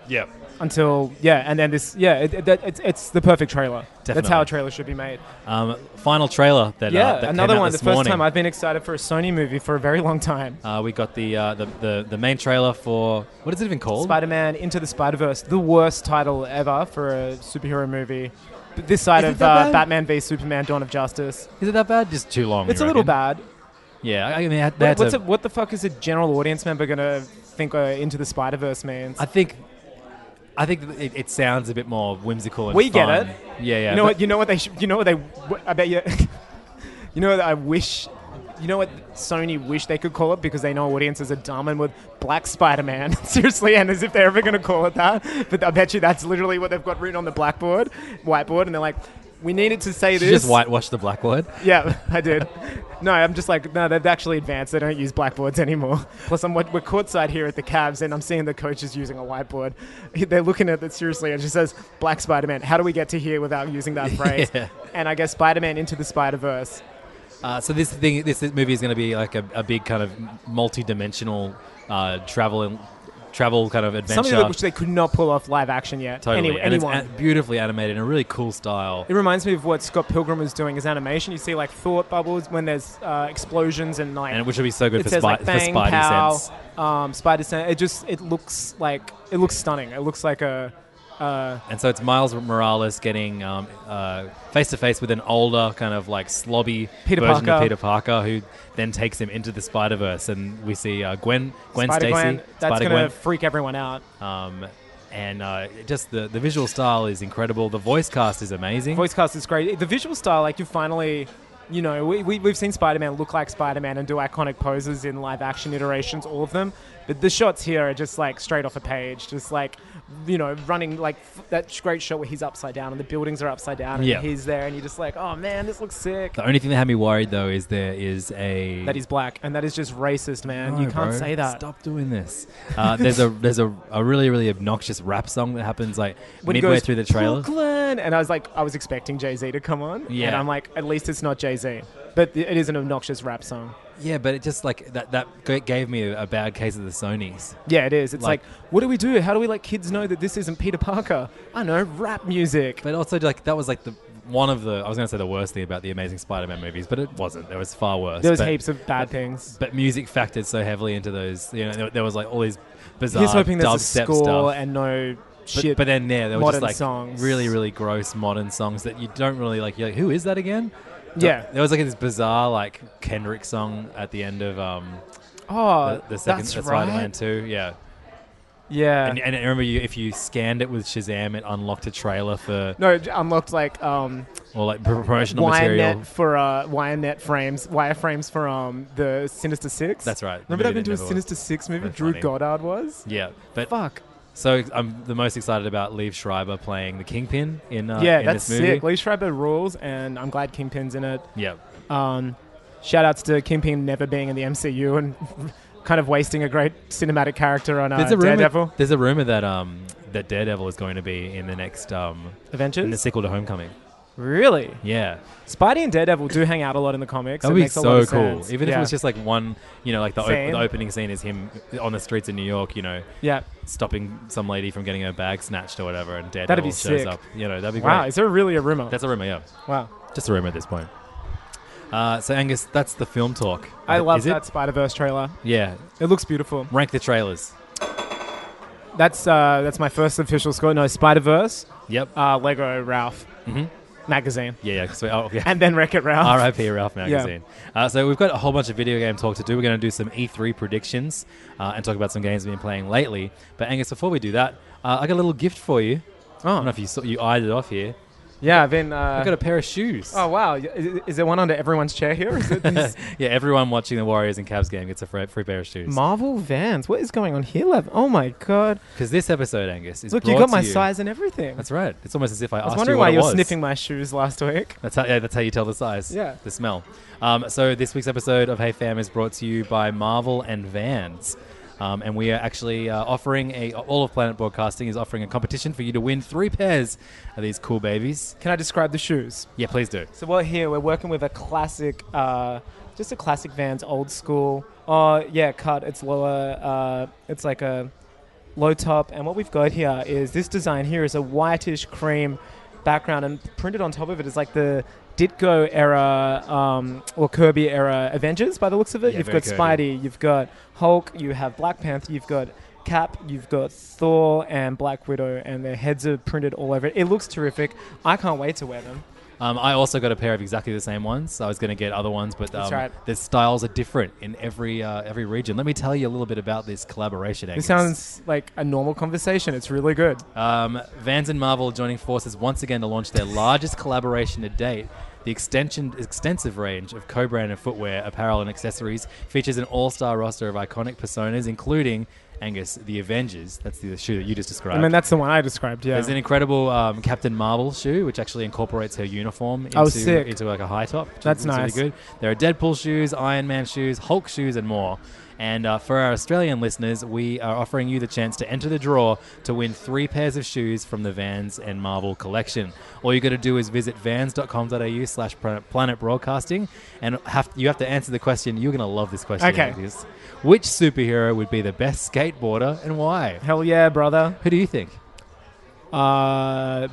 D: Yeah.
I: Until yeah, and then this yeah, it, it, it's it's the perfect trailer. That's how
D: Definitely.
I: a trailer should be made.
D: Um, final trailer that
I: yeah,
D: uh, that
I: another
D: came out
I: one.
D: this
I: the first
D: morning.
I: time I've been excited for a Sony movie for a very long time.
D: uh, we got the, uh, the the the main trailer for what is it even called?
I: Spider-Man Into the Spider-Verse, the worst title ever for a superhero movie. But this side
D: Is it
I: of
D: that
I: uh,
D: bad?
I: Batman v Superman: Dawn of Justice.
D: Is it that bad? Just too long.
I: It's
D: you
I: a little
D: reckon?
I: bad.
D: Yeah, I I mean, they had, they
I: What,
D: had
I: what's
D: to-
I: a, what the fuck is a general audience member gonna think uh, Into the Spider-Verse means?
D: I think. I think that it, it sounds a bit more whimsical and
I: we get
D: fun.
I: it.
D: Yeah, yeah.
I: You know
D: but-
I: what? You know what they? Sh- you know what they? w- I bet you. you know what I wish. You know what Sony wish they could call it because they know audiences are dumb and with Black Spider-Man seriously, and as if they're ever going to call it that. But I bet you that's literally what they've got written on the blackboard, whiteboard, and they're like, "We needed to say
D: Did
I: this."
D: you just whitewash the blackboard.
I: Yeah, I did. No, I'm just like, no, they've actually advanced. They don't use blackboards anymore. Plus, I'm, we're courtside here at the Cavs, and I'm seeing the coaches using a whiteboard. They're looking at it seriously, and she says, Black Spider Man, how do we get to here without using that phrase?
D: Yeah.
I: And I guess Spider Man into the Spider Verse.
D: Uh, so this thing, this movie is going to be like a, a big kind of multi-dimensional uh, travel and travel kind of adventure.
I: Something that- which they could not pull off live action yet.
D: totally,
I: Any-
D: and it's
I: anyone.
D: a- beautifully animated in a really cool style.
I: It reminds me of what Scott Pilgrim was doing as animation. You see like thought bubbles when there's uh, explosions and like,
D: And which would be so good
I: it
D: for,
I: says
D: spy,
I: like bang,
D: for Spidey
I: pow,
D: sense.
I: um, Spider Sense. It just it looks like it looks stunning. It looks like a uh,
D: And so it's Miles Morales getting um, uh, face to face with an older, kind of like slobby
I: Peter
D: version of
I: Parker.
D: Peter Parker, who then takes him into the Spider Verse, and we see uh, Gwen, Gwen
I: Spider Gwen.
D: Stacy,
I: That's
D: Spider
I: gonna
D: Gwen,
I: freak everyone out.
D: um, and uh, just the the visual style is incredible. The voice cast is amazing.
I: Voice cast is great. The visual style, like you finally. You know, we, we, we've seen Spider Man look like Spider Man and do iconic poses in live action iterations, all of them. But the shots here are just like straight off a page, just like, you know, running like f- that great shot where he's upside down and the buildings are upside down and
D: Yeah.
I: he's there and you're just like, oh man, this looks sick.
D: the only thing that had me worried though is there is a
I: that he's black and that is just racist, man.
D: No,
I: you can't
D: bro.
I: say that.
D: Stop doing this. Uh, there's a there's a, a really really obnoxious rap song that happens like
I: When he
D: midway
I: goes,
D: through the trailer.
I: Brooklyn, and I was like, I was expecting Jay Z to come on,
D: Yeah.
I: and I'm like, at least it's not Jay Z, but th- it is an obnoxious rap song.
D: Yeah, but it just like that that g- gave me a, a bad case of the Sony's.
I: Yeah, it is. It's
D: Like-
I: like, what do we do? How do we let kids know that this isn't Peter Parker? I know rap music.
D: But also like that was like the one of the I was going to say the worst thing about the Amazing Spider-Man movies, but it wasn't. There was far worse.
I: There was
D: but,
I: heaps of bad things.
D: But music factored so heavily into those. You know, there, there was like all these bizarre
I: He's hoping there's a
D: dubstep
I: score
D: stuff.
I: and no
D: but,
I: shit.
D: but then yeah, there were
I: modern
D: just like
I: songs.
D: really really gross modern songs that you don't really like. You're like, who is that again?
I: Yeah.
D: there was like this bizarre like Kendrick song at the end of um
I: oh,
D: the, the second
I: Ah, that's
D: uh,
I: right.
D: Spider-Man Two. Yeah,
I: Yeah.
D: And, and I remember you, if you scanned it with Shazam, it unlocked a trailer for
I: No, it unlocked like um,
D: or like pr- promotional material.
I: WireNet for uh, WireNet frames, wireframes for um the Sinister Six.
D: That's right. The
I: Remember that
D: movie
I: into a
D: that never
I: Sinister
D: was.
I: Six movie?
D: Very
I: Drew
D: funny.
I: Goddard was.
D: Yeah, but
I: Fuck.
D: So I'm the most excited about Liev Schreiber playing the Kingpin in uh,
I: yeah,
D: in
I: that's
D: this movie.
I: sick. Lee Schreiber rules, and I'm glad Kingpin's in it.
D: Yeah.
I: Um, shout outs to Kingpin never being in the MCU and kind of wasting a great cinematic character on uh,
D: There's a rumor.
I: Daredevil.
D: There's a rumor that um that Daredevil is going to be in the next um
I: Avengers?
D: in the sequel to Homecoming.
I: Really?
D: Yeah,
I: Spidey and Daredevil do hang out a lot in the comics.
D: that
I: It
D: would be
I: makes a lot
D: so
I: of
D: cool.
I: sense.
D: Even if
I: Yeah.
D: it was just like one, you know, like the, op-
I: Scene.
D: the opening scene is him on the streets in New York, you know,
I: Yeah.
D: stopping some lady from getting her bag snatched or whatever, and Daredevil
I: That'd be
D: shows
I: sick.
D: up. You know, that'd be
I: wow,
D: great.
I: is there really a rumor?
D: That's a rumor, yeah.
I: Wow.
D: Just a rumor at this point. Uh, so Angus, that's the film talk.
I: I love
D: Is it?
I: that Spider Verse trailer.
D: Yeah.
I: It looks beautiful.
D: Rank the trailers.
I: That's uh, that's my first official score. No, Spider Verse.
D: Yep.
I: Uh, Lego Ralph
D: Mhm.
I: magazine,
D: Yeah, yeah. So, oh, yeah.
I: and then Wreck It Ralph.
D: R.I.P. Ralph
I: Yeah.
D: magazine. Uh, so we've got a whole bunch of video game talk to do. We're going to do some E3 predictions uh, and talk about some games we've been playing lately. But Angus, before we do that, uh, I got a little gift for you. I don't know if you saw, you eyed it off here.
I: Yeah, I've been. Oh. Uh,
D: I got a pair of shoes.
I: Oh wow! Y- Is, is there one under everyone's chair here? Or Is it these
D: Yeah, everyone watching the Warriors and Cavs game gets a free, free pair of shoes.
I: Marvel Vans? What is going on here, Lev? Oh my god!
D: Because this episode, Angus, is
I: Look, you
D: brought
I: got my
D: to you-
I: size and everything.
D: That's right. It's almost as if I,
I: I was
D: asked
I: wondering
D: you what
I: why
D: it
I: you were
D: was.
I: sniffing my shoes last week.
D: That's how, yeah, that's how you tell the size.
I: Yeah.
D: The smell. Um, so this week's episode of Hey Fam is brought to you by Marvel and Vans. Um, and we are actually uh, offering a, all of Planet Broadcasting is offering a competition for you to win three pairs of these cool babies.
I: Can I describe the shoes?
D: Yeah, please do.
I: So we're here. We're working with a classic, uh, just a classic Vans, old school. Oh yeah, cut. It's lower. Uh, it's like a low top. And what we've got here is this design here is a whitish cream background, and printed on top of it is like the Ditko era um, or Kirby era Avengers. By the looks of it,
D: Yeah,
I: you've
D: very
I: got
D: Kirby.
I: Spidey, you've got Hulk, you have Black Panther, you've got. Cap, you've got Thor and Black Widow, and their heads are printed all over it. It looks terrific. I can't wait to wear them.
D: Um, I also got a pair of exactly the same ones. I was going to get other ones, but um,
I: That's right.
D: the styles are different in every uh, every region. Let me tell you a little bit about this collaboration.
I: This
D: Angus.
I: sounds like a normal conversation. It's really good.
D: Um, Vans and Marvel joining forces once again to launch their largest collaboration to date. The extension, extensive range of co-branded footwear, apparel, and accessories features an all-star roster of iconic personas, including Angus, the Avengers. That's the shoe that you just described.
I: I mean, that's the one I described. Yeah.
D: There's an incredible um, Captain Marvel shoe, which actually incorporates her uniform into,
I: Oh, sick.
D: into like a high top. which
I: That's
D: is really
I: nice.
D: good. There are Deadpool shoes, Iron Man shoes, Hulk shoes, and more. And uh, for our Australian listeners, we are offering you the chance to enter the draw to win three pairs of shoes from the Vans and Marvel collection. All you got to do is visit vans.com.au slash planet broadcasting and have, you have to answer the question. You're going to love this question.
I: Okay.
D: Angus. Which superhero would be the best skateboarder and why?
I: Hell yeah, brother.
D: Who do you think?
I: Uh,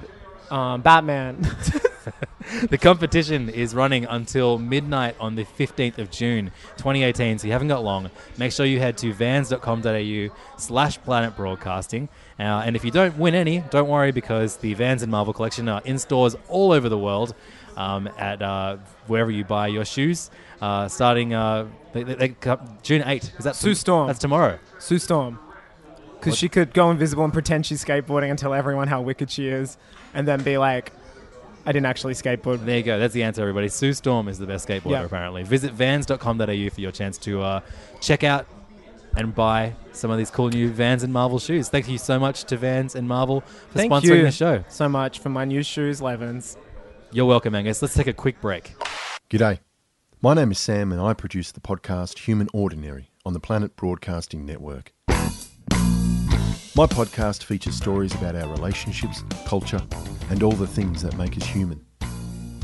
I: um, Batman.
D: The competition is running until midnight on the 15th of June 2018, so you haven't got long. Make sure you head to vans.com.au slash planet broadcasting. Uh, and if you don't win any, don't worry because the Vans and Marvel collection are in stores all over the world um, at uh, wherever you buy your shoes, uh, starting uh, they, they, they, come- June 8th. Is that
I: Sue Storm.
D: That's tomorrow.
I: Sue Storm. Because she could go invisible and pretend she's skateboarding and tell everyone how wicked she is, and then be like, "I didn't actually skateboard."
D: There you go. That's the answer, everybody. Sue Storm is the best skateboarder,
I: Yeah.
D: apparently. Visit vans.com.au for your chance to uh, check out and buy some of these cool new Vans and Marvel shoes. Thank you so much to Vans and Marvel for
I: Thank
D: sponsoring
I: you
D: the show.
I: so much for my new shoes, Levins.
D: You're welcome, Angus. Let's take a quick break.
F: G'day. My name is Sam, and I produce the podcast Human Ordinary on the Planet Broadcasting Network. My podcast features stories about our relationships, culture, and all the things that make us human.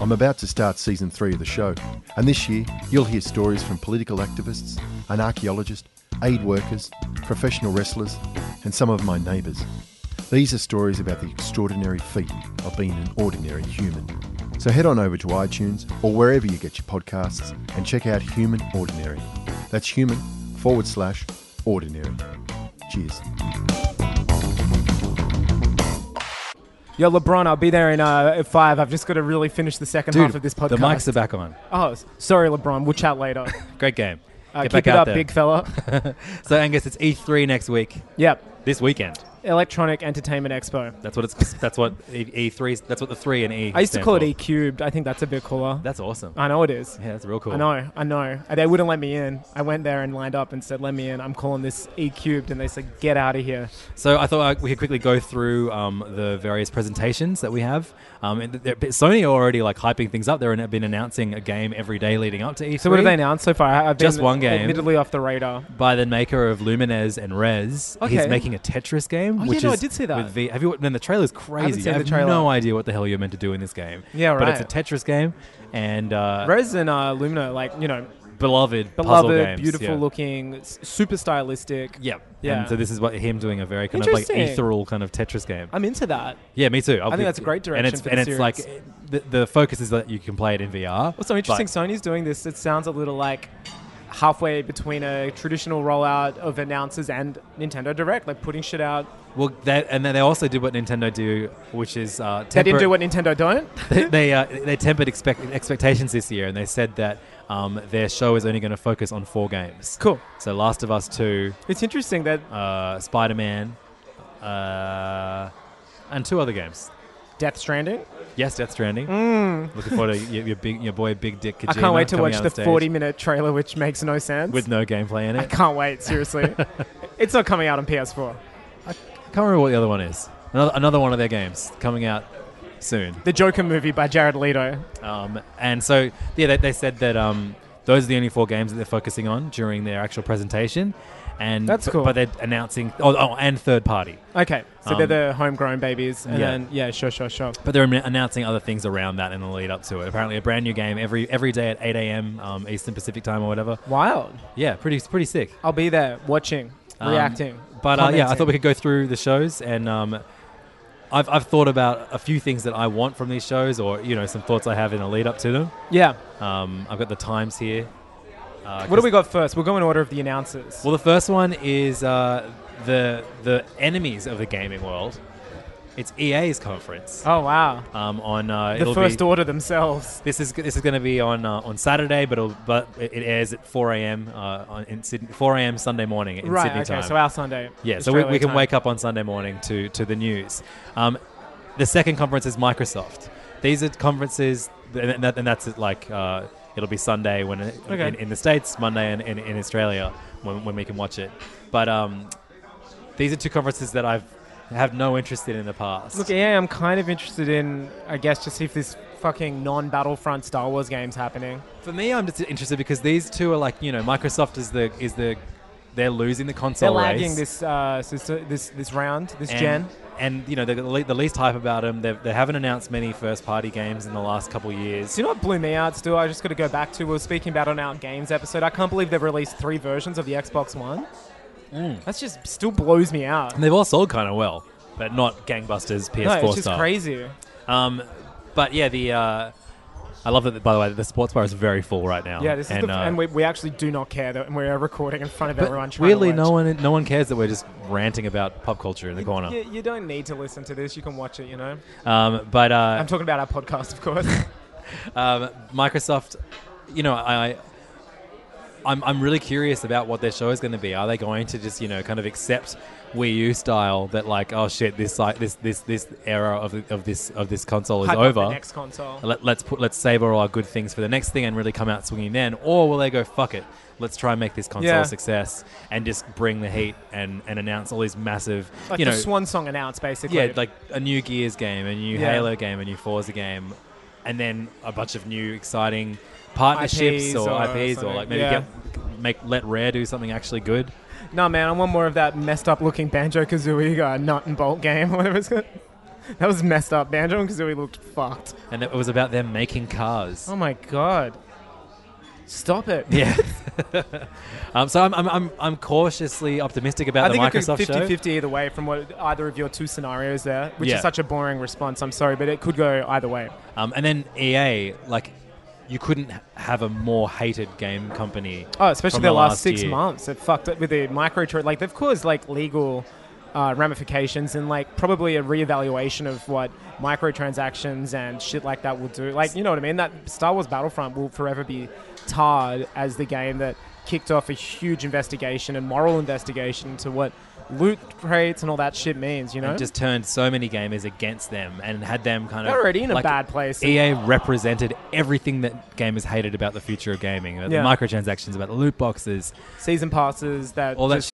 F: I'm about to start season three of the show, Oh, and this year you'll hear stories from political activists, an archaeologist, aid workers, professional wrestlers, and some of my neighbours. These are stories about the extraordinary feat of being an ordinary human. So head on over to iTunes or wherever you get your podcasts and check out Human Ordinary. That's human forward slash ordinary. Cheers.
I: Yo, LeBron, I'll be there in uh, at five. I've just got to really finish the second half of this podcast.
D: the mics are back on.
I: Oh, s- sorry, LeBron. We'll chat later.
D: Great game.
I: Uh,
D: Get
I: keep
D: back
I: it
D: out
I: up,
D: there.
I: big fella.
D: so, Angus, it's E3 E next week.
I: Yep.
D: This weekend.
I: Electronic Entertainment Expo.
D: That's what it's. That's what E three. That's what the three and E.
I: I used to
D: stand
I: call it
D: for.
I: E cubed. I think that's a bit cooler.
D: That's awesome.
I: I know it is.
D: Yeah, that's real cool.
I: I know, I know. And They wouldn't let me in. I went there and lined up and said, "Let me in. I'm calling this E cubed," and they said, "Get out of here."
D: So I thought I- we could quickly go through um, the various presentations that we have. Um, and they're- but Sony are already like hyping things up. They've been announcing a game every day leading up to E E3.
I: So what have they announced so far? I- I've been
D: Just one game.
I: admittedly off the radar.
D: by the maker of Lumines and Res. He's
I: Okay.
D: making a Tetris game.
I: Oh, yeah,
D: which
I: no, I
D: is
I: did see that.
D: With v- have you? Then the trailer's crazy.
I: seen the
D: have
I: trailer.
D: no idea what the hell you're meant to do in this game.
I: Yeah,
D: But it's a
I: right.
D: Tetris game, and uh,
I: Res and uh, Lumina, like you know,
D: beloved, puzzle
I: beloved,
D: games,
I: beautiful
D: yeah.
I: looking, s- super stylistic.
D: Yeah.
I: yeah.
D: And so this is what him doing a very kind of like
I: Interesting.
D: ethereal kind of Tetris game.
I: I'm into that.
D: Yeah, me too.
I: I think that's a great
D: And it's,
I: direction for the
D: and it's like
I: series.
D: the, the focus is that you can play it in VR.
I: What's so interesting? Sony's doing this. It sounds a little like halfway between a traditional rollout of announcers and Nintendo Direct, like putting shit out.
D: but- well, that and then they also do what Nintendo do, which is uh,
I: They didn't
D: temper-
I: do what Nintendo don't.
D: they they, uh, they tempered expect- expectations this year, and they said that um, their show is only going to focus on four games.
I: Cool.
D: So Last of Us Two,
I: It's interesting that
D: uh, Spider Man, uh, and two other games.
I: Death Stranding.
D: Yes, Death Stranding.
I: Mm.
D: Looking forward to your, your, big, your boy Big Dick Kojima
I: I can't wait to
D: coming
I: watch
D: out
I: the
D: on stage
I: 40 minute trailer, which makes no sense.
D: with no gameplay in
I: I
D: it.
I: can't wait, seriously. it's not coming out on PS4.
D: I can't remember what the other one is. Another, another one of their games coming out soon.
I: The Joker movie by Jared Leto.
D: Um, and so, yeah, they, they said that um, those are the only four games that they're focusing on during their actual presentation. And
I: That's
D: but-
I: cool.
D: But they're announcing, oh, oh and third party.
I: Okay, so
D: Um,
I: they're the homegrown babies, and
D: yeah.
I: then yeah, sure, sure, sure.
D: But they're annou- announcing other things around that in the lead up to it. Apparently, a brand new game every every day at 8 a.m. Um, Eastern Pacific time or whatever.
I: Wild.
D: Yeah, pretty pretty sick.
I: I'll be there watching,
D: Um,
I: reacting.
D: But uh, yeah, I
I: commenting.
D: thought we could go through the shows, and um, I've I've thought about a few things that I want from these shows, or you know, some thoughts I have in the lead up to them.
I: Yeah.
D: Um, I've got the times here. Uh,
I: What do we got first? We'll go in order of the announcers.
D: Well, the first one is uh, the the enemies of the gaming world. It's EA's conference.
I: Oh wow,
D: Um, on uh,
I: the
D: it'll
I: first
D: be,
I: order themselves.
D: this is this is going to be on uh, on Saturday, but it'll, but it it airs at 4 a.m. Uh, on, in Sydney, 4 a.m. Sunday morning in
I: right.
D: Sydney
I: okay,
D: time.
I: so our Sunday.
D: Yeah, so we,
I: Australia
D: we can
I: time.
D: wake up on Sunday morning to, to the news. Um, the second conference is Microsoft. These are conferences, th- and, that, and that's it, like uh, it'll be Sunday when it,
I: Okay.
D: in, in the States, Monday in, in, in Australia when, when we can watch it. But um, these are two conferences that I've have no interest in in the past.
I: Look, yeah, I'm kind of interested in, I guess, to see if this fucking non-Battlefront Star Wars game's happening.
D: For me, I'm just interested because these two are like you know Microsoft is the is the they're losing the console
I: They're
D: race.
I: lagging this, uh, this this this round, this
D: and,
I: gen.
D: And you know they're the le- the least hype about them. They've, they haven't announced many first-party games in the last couple of years.
I: Do you know what blew me out still? I just got to go back to. We were speaking about on our games episode. I can't believe they've released three versions of the Xbox One.
D: Mm.
I: That's just still blows me out.
D: And they've all sold kind of well, but not gangbusters PS4
I: no, it's just
D: style.
I: crazy.
D: Um, but yeah, the uh, I love that. By the way, the sports bar is very full right now.
I: yeah, this
D: and,
I: is the,
D: uh,
I: and we, we actually do not care that we're recording in front of
D: but
I: everyone. Trying
D: weirdly,
I: to
D: no
I: watch.
D: one no one cares that we're just ranting about pop culture in the corner.
I: You, you don't need to listen to this. You can watch it. You know.
D: Um, but uh,
I: I'm talking about our podcast, of course.
D: um, Microsoft, you know, I, I- I'm, I'm really curious about what their show is going to be. Are they going to just, you know, kind of accept Wii U style that like, oh shit, this si- this this this era of, of this of this console is
I: Hype up
D: over.
I: the next console.
D: Let, let's put let's save all our good things for the next thing and really come out swinging then, or will they go fuck it? Let's try and make this console
I: Yeah.
D: a success and just bring the heat and, and announce all these massive,
I: like
D: you know,
I: the swan song announced, basically.
D: yeah, like a new Gears game, a new
I: Yeah.
D: Halo game, a new Forza game, and then a bunch of new exciting partnerships
I: IPs
D: or,
I: or
D: IPs, or
I: something,
D: like maybe
I: yeah.
D: get make let Rare do something actually good.
I: No, man, I want more of that messed up looking Banjo Kazooie uh, nut and bolt game, whatever it's called. That was messed up. Banjo and Kazooie looked fucked.
D: And it was about them making cars.
I: Oh my god. Stop it.
D: Yeah. um, so I'm, I'm, I'm, I'm cautiously optimistic about
I: I
D: the
I: think it
D: Microsoft
I: could 50
D: show.
I: 50 either way from what either of your two scenarios there, which
D: Yeah.
I: is such a boring response. I'm sorry, but it could go either way.
D: Um, and then EA, like, you couldn't h- have a more hated game company.
I: Oh, especially
D: from
I: the last, six
D: year.
I: months. It fucked up with the microtrade. Like, they've caused, like, legal uh, ramifications and, like, probably a reevaluation of what microtransactions and shit like that will do. Like, you know what I mean? That Star Wars Battlefront will forever be tarred as the game that kicked off a huge investigation and moral investigation into what loot crates and all that shit means. You know,
D: and just turned so many gamers against them and had them kind of
I: They're already in a
D: like,
I: bad place.
D: EA represented everything that gamers hated about the future of gaming, about
I: Yeah.
D: the microtransactions, about the loot boxes,
I: season passes that
D: all that
I: Uh, just-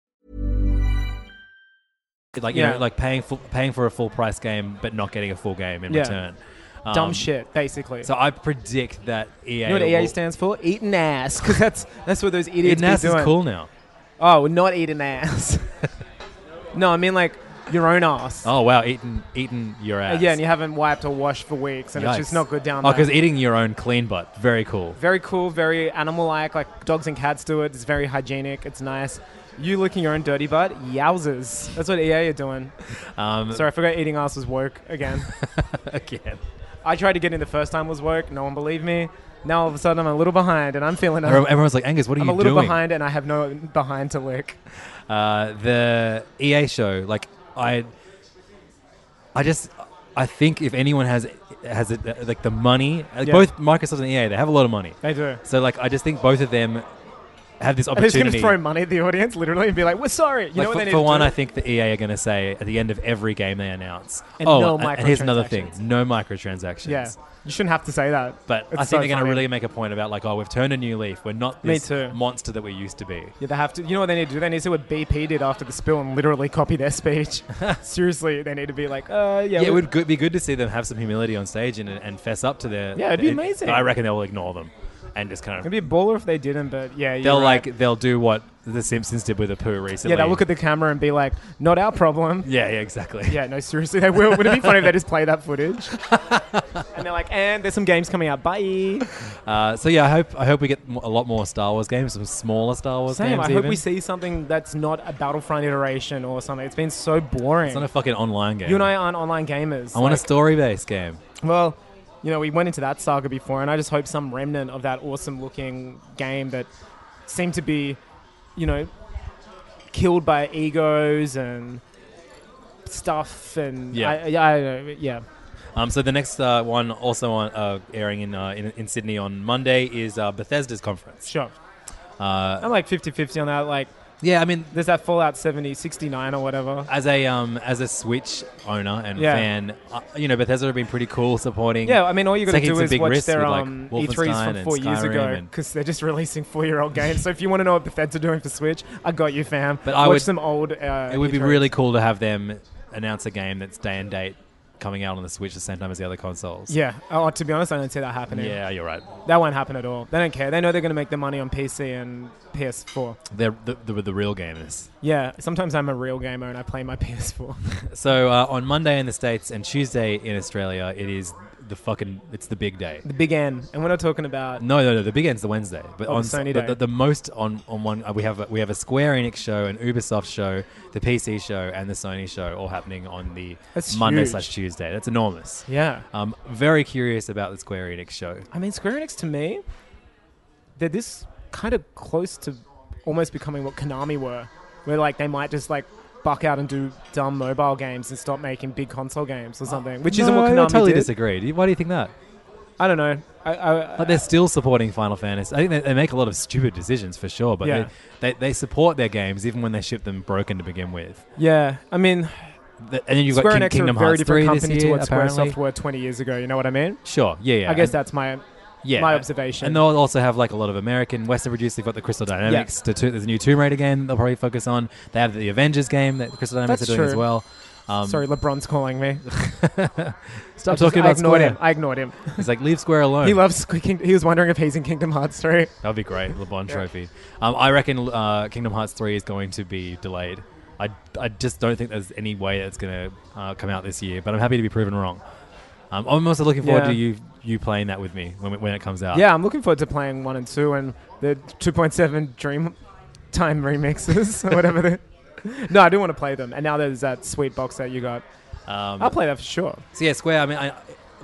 D: like you
I: Yeah.
D: know, like paying for paying for a full price game but not getting a full game in
I: Yeah.
D: return. Um,
I: Dumb shit, basically.
D: So I predict that EA.
I: you know what EA
D: will-
I: stands for? Eating ass, because that's that's what those idiots
D: Eating
I: be
D: ass is
I: doing.
D: cool now.
I: Oh, not eating ass. no, I mean like your own ass.
D: Oh wow, eating eating your ass.
I: Uh, Yeah, and you haven't wiped or washed for weeks, and it's just
D: Yikes.
I: not good down
D: Oh,
I: there.
D: because eating your own clean butt, very cool.
I: Very cool, very animal-like, like dogs and cats do it. It's very hygienic. It's nice. You licking your own dirty butt, yowzers. That's what EA are doing.
D: Um,
I: Sorry, I forgot eating ass was woke again.
D: again.
I: I tried to get in the first time was woke. No one believed me. Now all of a sudden I'm a little behind, and I'm feeling.
D: Everyone- everyone's like, "Angus, what are
I: I'm
D: you
I: a little
D: doing?"
I: behind, and I have no behind to lick.
D: Uh, the EA show, like I, I just, I think if anyone has has it, uh, like the money, like
I: Yeah.
D: both Microsoft and EA, they have a lot of money.
I: They do.
D: So like, I just think both of them have this
I: Are they just
D: opportunity.
I: gonna throw money at the audience, literally, and be like, "We're sorry." You
D: Like,
I: know what
D: for,
I: they need
D: for
I: to
D: one,
I: do?
D: I think the EA are going to say at the end of every game they announce,
I: And
D: "Oh,
I: no
D: and here's another thing: no microtransactions."
I: Yeah, you shouldn't have to say that.
D: But
I: It's
D: I think
I: so
D: they're going to
I: funny.
D: really make a point about like, "Oh, we've turned a new leaf. We're not
I: Me
D: this
I: too.
D: monster that we used to be."
I: Yeah, they have to. You know what they need to do? They need to do what BP did after the spill and literally copy their speech. Seriously, they need to be like, uh,
D: Yeah,
I: yeah,
D: it
I: we-
D: would good, be good to see them have some humility on stage and, and fess up to their.
I: Yeah, it'd be amazing.
D: I reckon they'll ignore them and just kind
I: It'd
D: of.
I: be a baller if they didn't, but yeah, you're
D: They'll
I: right.
D: like they'll do what the Simpsons did with a poo recently.
I: yeah, they'll look at the camera and be like, not our problem.
D: Yeah, yeah, exactly.
I: Yeah, no, seriously, they will. Would it be funny if they just play that footage? and they're like, and there's some games coming out. Bye.
D: Uh, so yeah, I hope I hope we get mo- a lot more Star Wars games, some smaller Star Wars
I: Sam,
D: games.
I: I hope
D: even.
I: we see something that's not a Battlefront iteration or something. It's been so boring.
D: It's not a fucking online game.
I: You and I aren't online gamers.
D: I want a
I: Like,
D: story-based game.
I: Well, you know, we went into that saga before, and I just hope some remnant of that awesome looking game that seemed to be, you know, killed by egos and stuff and
D: Yeah.
I: I, yeah, I don't know, yeah.
D: Um, so the next uh, one, also on uh, airing in, uh, in in Sydney on Monday, is uh, Bethesda's conference.
I: Sure.
D: Uh,
I: I'm like 50-50 on that. Like,
D: yeah, I mean,
I: there's that Fallout 70, 69 or whatever.
D: as a um, as a Switch owner and
I: Yeah.
D: fan, uh, you know Bethesda have been pretty cool supporting.
I: Yeah, I mean, all you got to
D: taking
I: do
D: some
I: is
D: big
I: watch
D: risks
I: their
D: with, like,
I: um,
D: Wolfenstein
I: E3s from
D: and
I: four years
D: Skyrim
I: ago
D: and-
I: because they're just releasing four-year-old games. so if you want to know what Bethesda doing for Switch, I got you, fam.
D: But
I: watch
D: I would-
I: some old. Uh,
D: it would be
I: E3s.
D: really cool to have them announce a game that's day and date coming out on the Switch at the same time as the other consoles.
I: Yeah. Oh, to be honest, I don't see that happening.
D: Yeah, you're right.
I: That won't happen at all. They don't care. They know they're going to make their money on PC and PS4.
D: They're the, the, the real gamers.
I: Yeah. Sometimes I'm a real gamer and I play my PS4.
D: So uh, on Monday in the States and Tuesday in Australia, it is the fucking it's the big day.
I: The big N, and we're not talking about
D: No, no, no. The big end's the Wednesday, but
I: Oh,
D: on
I: the Sony
D: but
I: day.
D: The, the most on on one uh, we have a, we have a Square Enix show, an Ubisoft show, the PC show, and the Sony show, all happening on the
I: That's
D: Monday
I: huge.
D: slash Tuesday. That's enormous.
I: Yeah.
D: Um, very curious about the Square Enix show.
I: I mean, Square Enix to me, they're this kind of close to almost becoming what Konami were, where like they might just like buck out and do dumb mobile games and stop making big console games or something, which isn't
D: Uh, No,
I: what
D: I
I: Konami
D: totally
I: did.
D: disagree. Do you- Why do you think that?
I: I don't know. I, I,
D: Like they're still supporting Final Fantasy. I think they, they make a lot of stupid decisions for sure, but
I: Yeah.
D: they, they, they support their games even when they ship them broken to begin with.
I: yeah, I mean,
D: The- and then you've got
I: Square
D: King-
I: Enix
D: Kingdom
I: are a very
D: Hearts
I: different
D: 3 this
I: company to
D: year,
I: what Square
D: apparently.
I: Soft were 20 years ago. You know what I mean?
D: Sure, yeah, yeah.
I: I guess
D: And-
I: that's my
D: Yeah,
I: my observation.
D: And they'll also have like a lot of American Western produced. They've got the Crystal Dynamics. The two, there's a new Tomb Raider game that they'll probably focus on. They have the Avengers game that Crystal Dynamics
I: That's
D: are doing as
I: true.
D: well. Um,
I: Sorry, LeBron's calling me.
D: Stop
I: I just-
D: talking
I: I
D: about
I: ignored
D: Square.
I: him. I ignored him.
D: He's like, leave Square alone.
I: He loves. Square King- He was wondering if he's in Kingdom Hearts 3.
D: That would be great, LeBron
I: Yeah.
D: Trophy. Um, I reckon uh, Kingdom Hearts 3 is going to be delayed. I, I just don't think there's any way that's going to uh, come out this year, but I'm happy to be proven wrong. Um, I'm also looking forward
I: Yeah.
D: to you you playing that with me when, when it comes out.
I: Yeah, I'm looking forward to playing one and two and the 2.7 Dream Time remixes or whatever. they no, I do want to play them. And now there's that sweet box that you got.
D: Um,
I: I'll play that for sure.
D: So yeah, Square. I mean, I,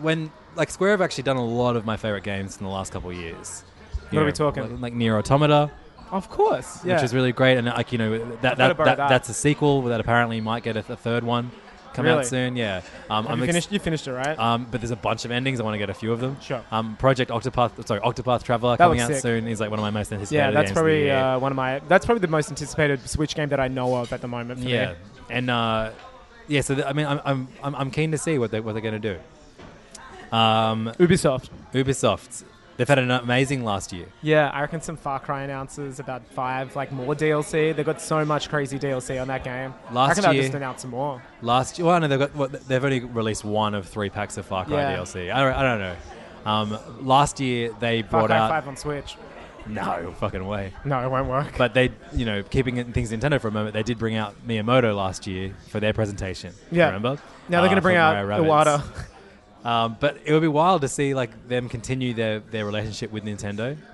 D: when like Square have actually done a lot of my favorite games in the last couple of years.
I: What are we talking?
D: Like, like Near Automata,
I: Of course, yeah.
D: which is really great, and like you know that that,
I: gotta
D: that,
I: borrow that.
D: that's a sequel that apparently might get a, a third one come
I: Really?
D: out soon. Yeah,
I: Have you finished- you finished it, right?
D: Um, but there's a bunch of endings. I want to get a few of them.
I: Sure.
D: Um, Project Octopath, sorry, Octopath Traveler
I: That
D: coming out
I: looks sick.
D: soon is like one of my most anticipated.
I: yeah,
D: games
I: that's
D: of the
I: probably
D: year.
I: uh, one of my. That's probably the most anticipated Switch game that I know of at the moment. For
D: yeah,
I: me.
D: and uh, yeah. So th- I mean, I'm, I'm I'm I'm keen to see what they what they're going to do. Um,
I: Ubisoft.
D: Ubisoft. They've had an amazing last year.
I: Yeah, I reckon some Far Cry announces about five, like more DLC. They got so much crazy DLC on that game. I
D: Last year-
I: reckon they'll just announce some more.
D: Last year, well, I know they've got well, they've only released one of three packs of Far Cry
I: Yeah.
D: DLC. I don't, I don't know. Um, last year they
I: Far
D: brought
I: Cry
D: out
I: Five on Switch.
D: no fucking way.
I: No, it won't work.
D: But they, you know, keeping it- things Nintendo for a moment, they did bring out Miyamoto last year for their presentation.
I: Yeah.
D: remember? Uh,
I: Now they're gonna
D: Ah, for
I: bring out
D: Mario
I: Iwata.
D: Rabbids. Um, but it would be wild to see like them continue their, their relationship with Nintendo.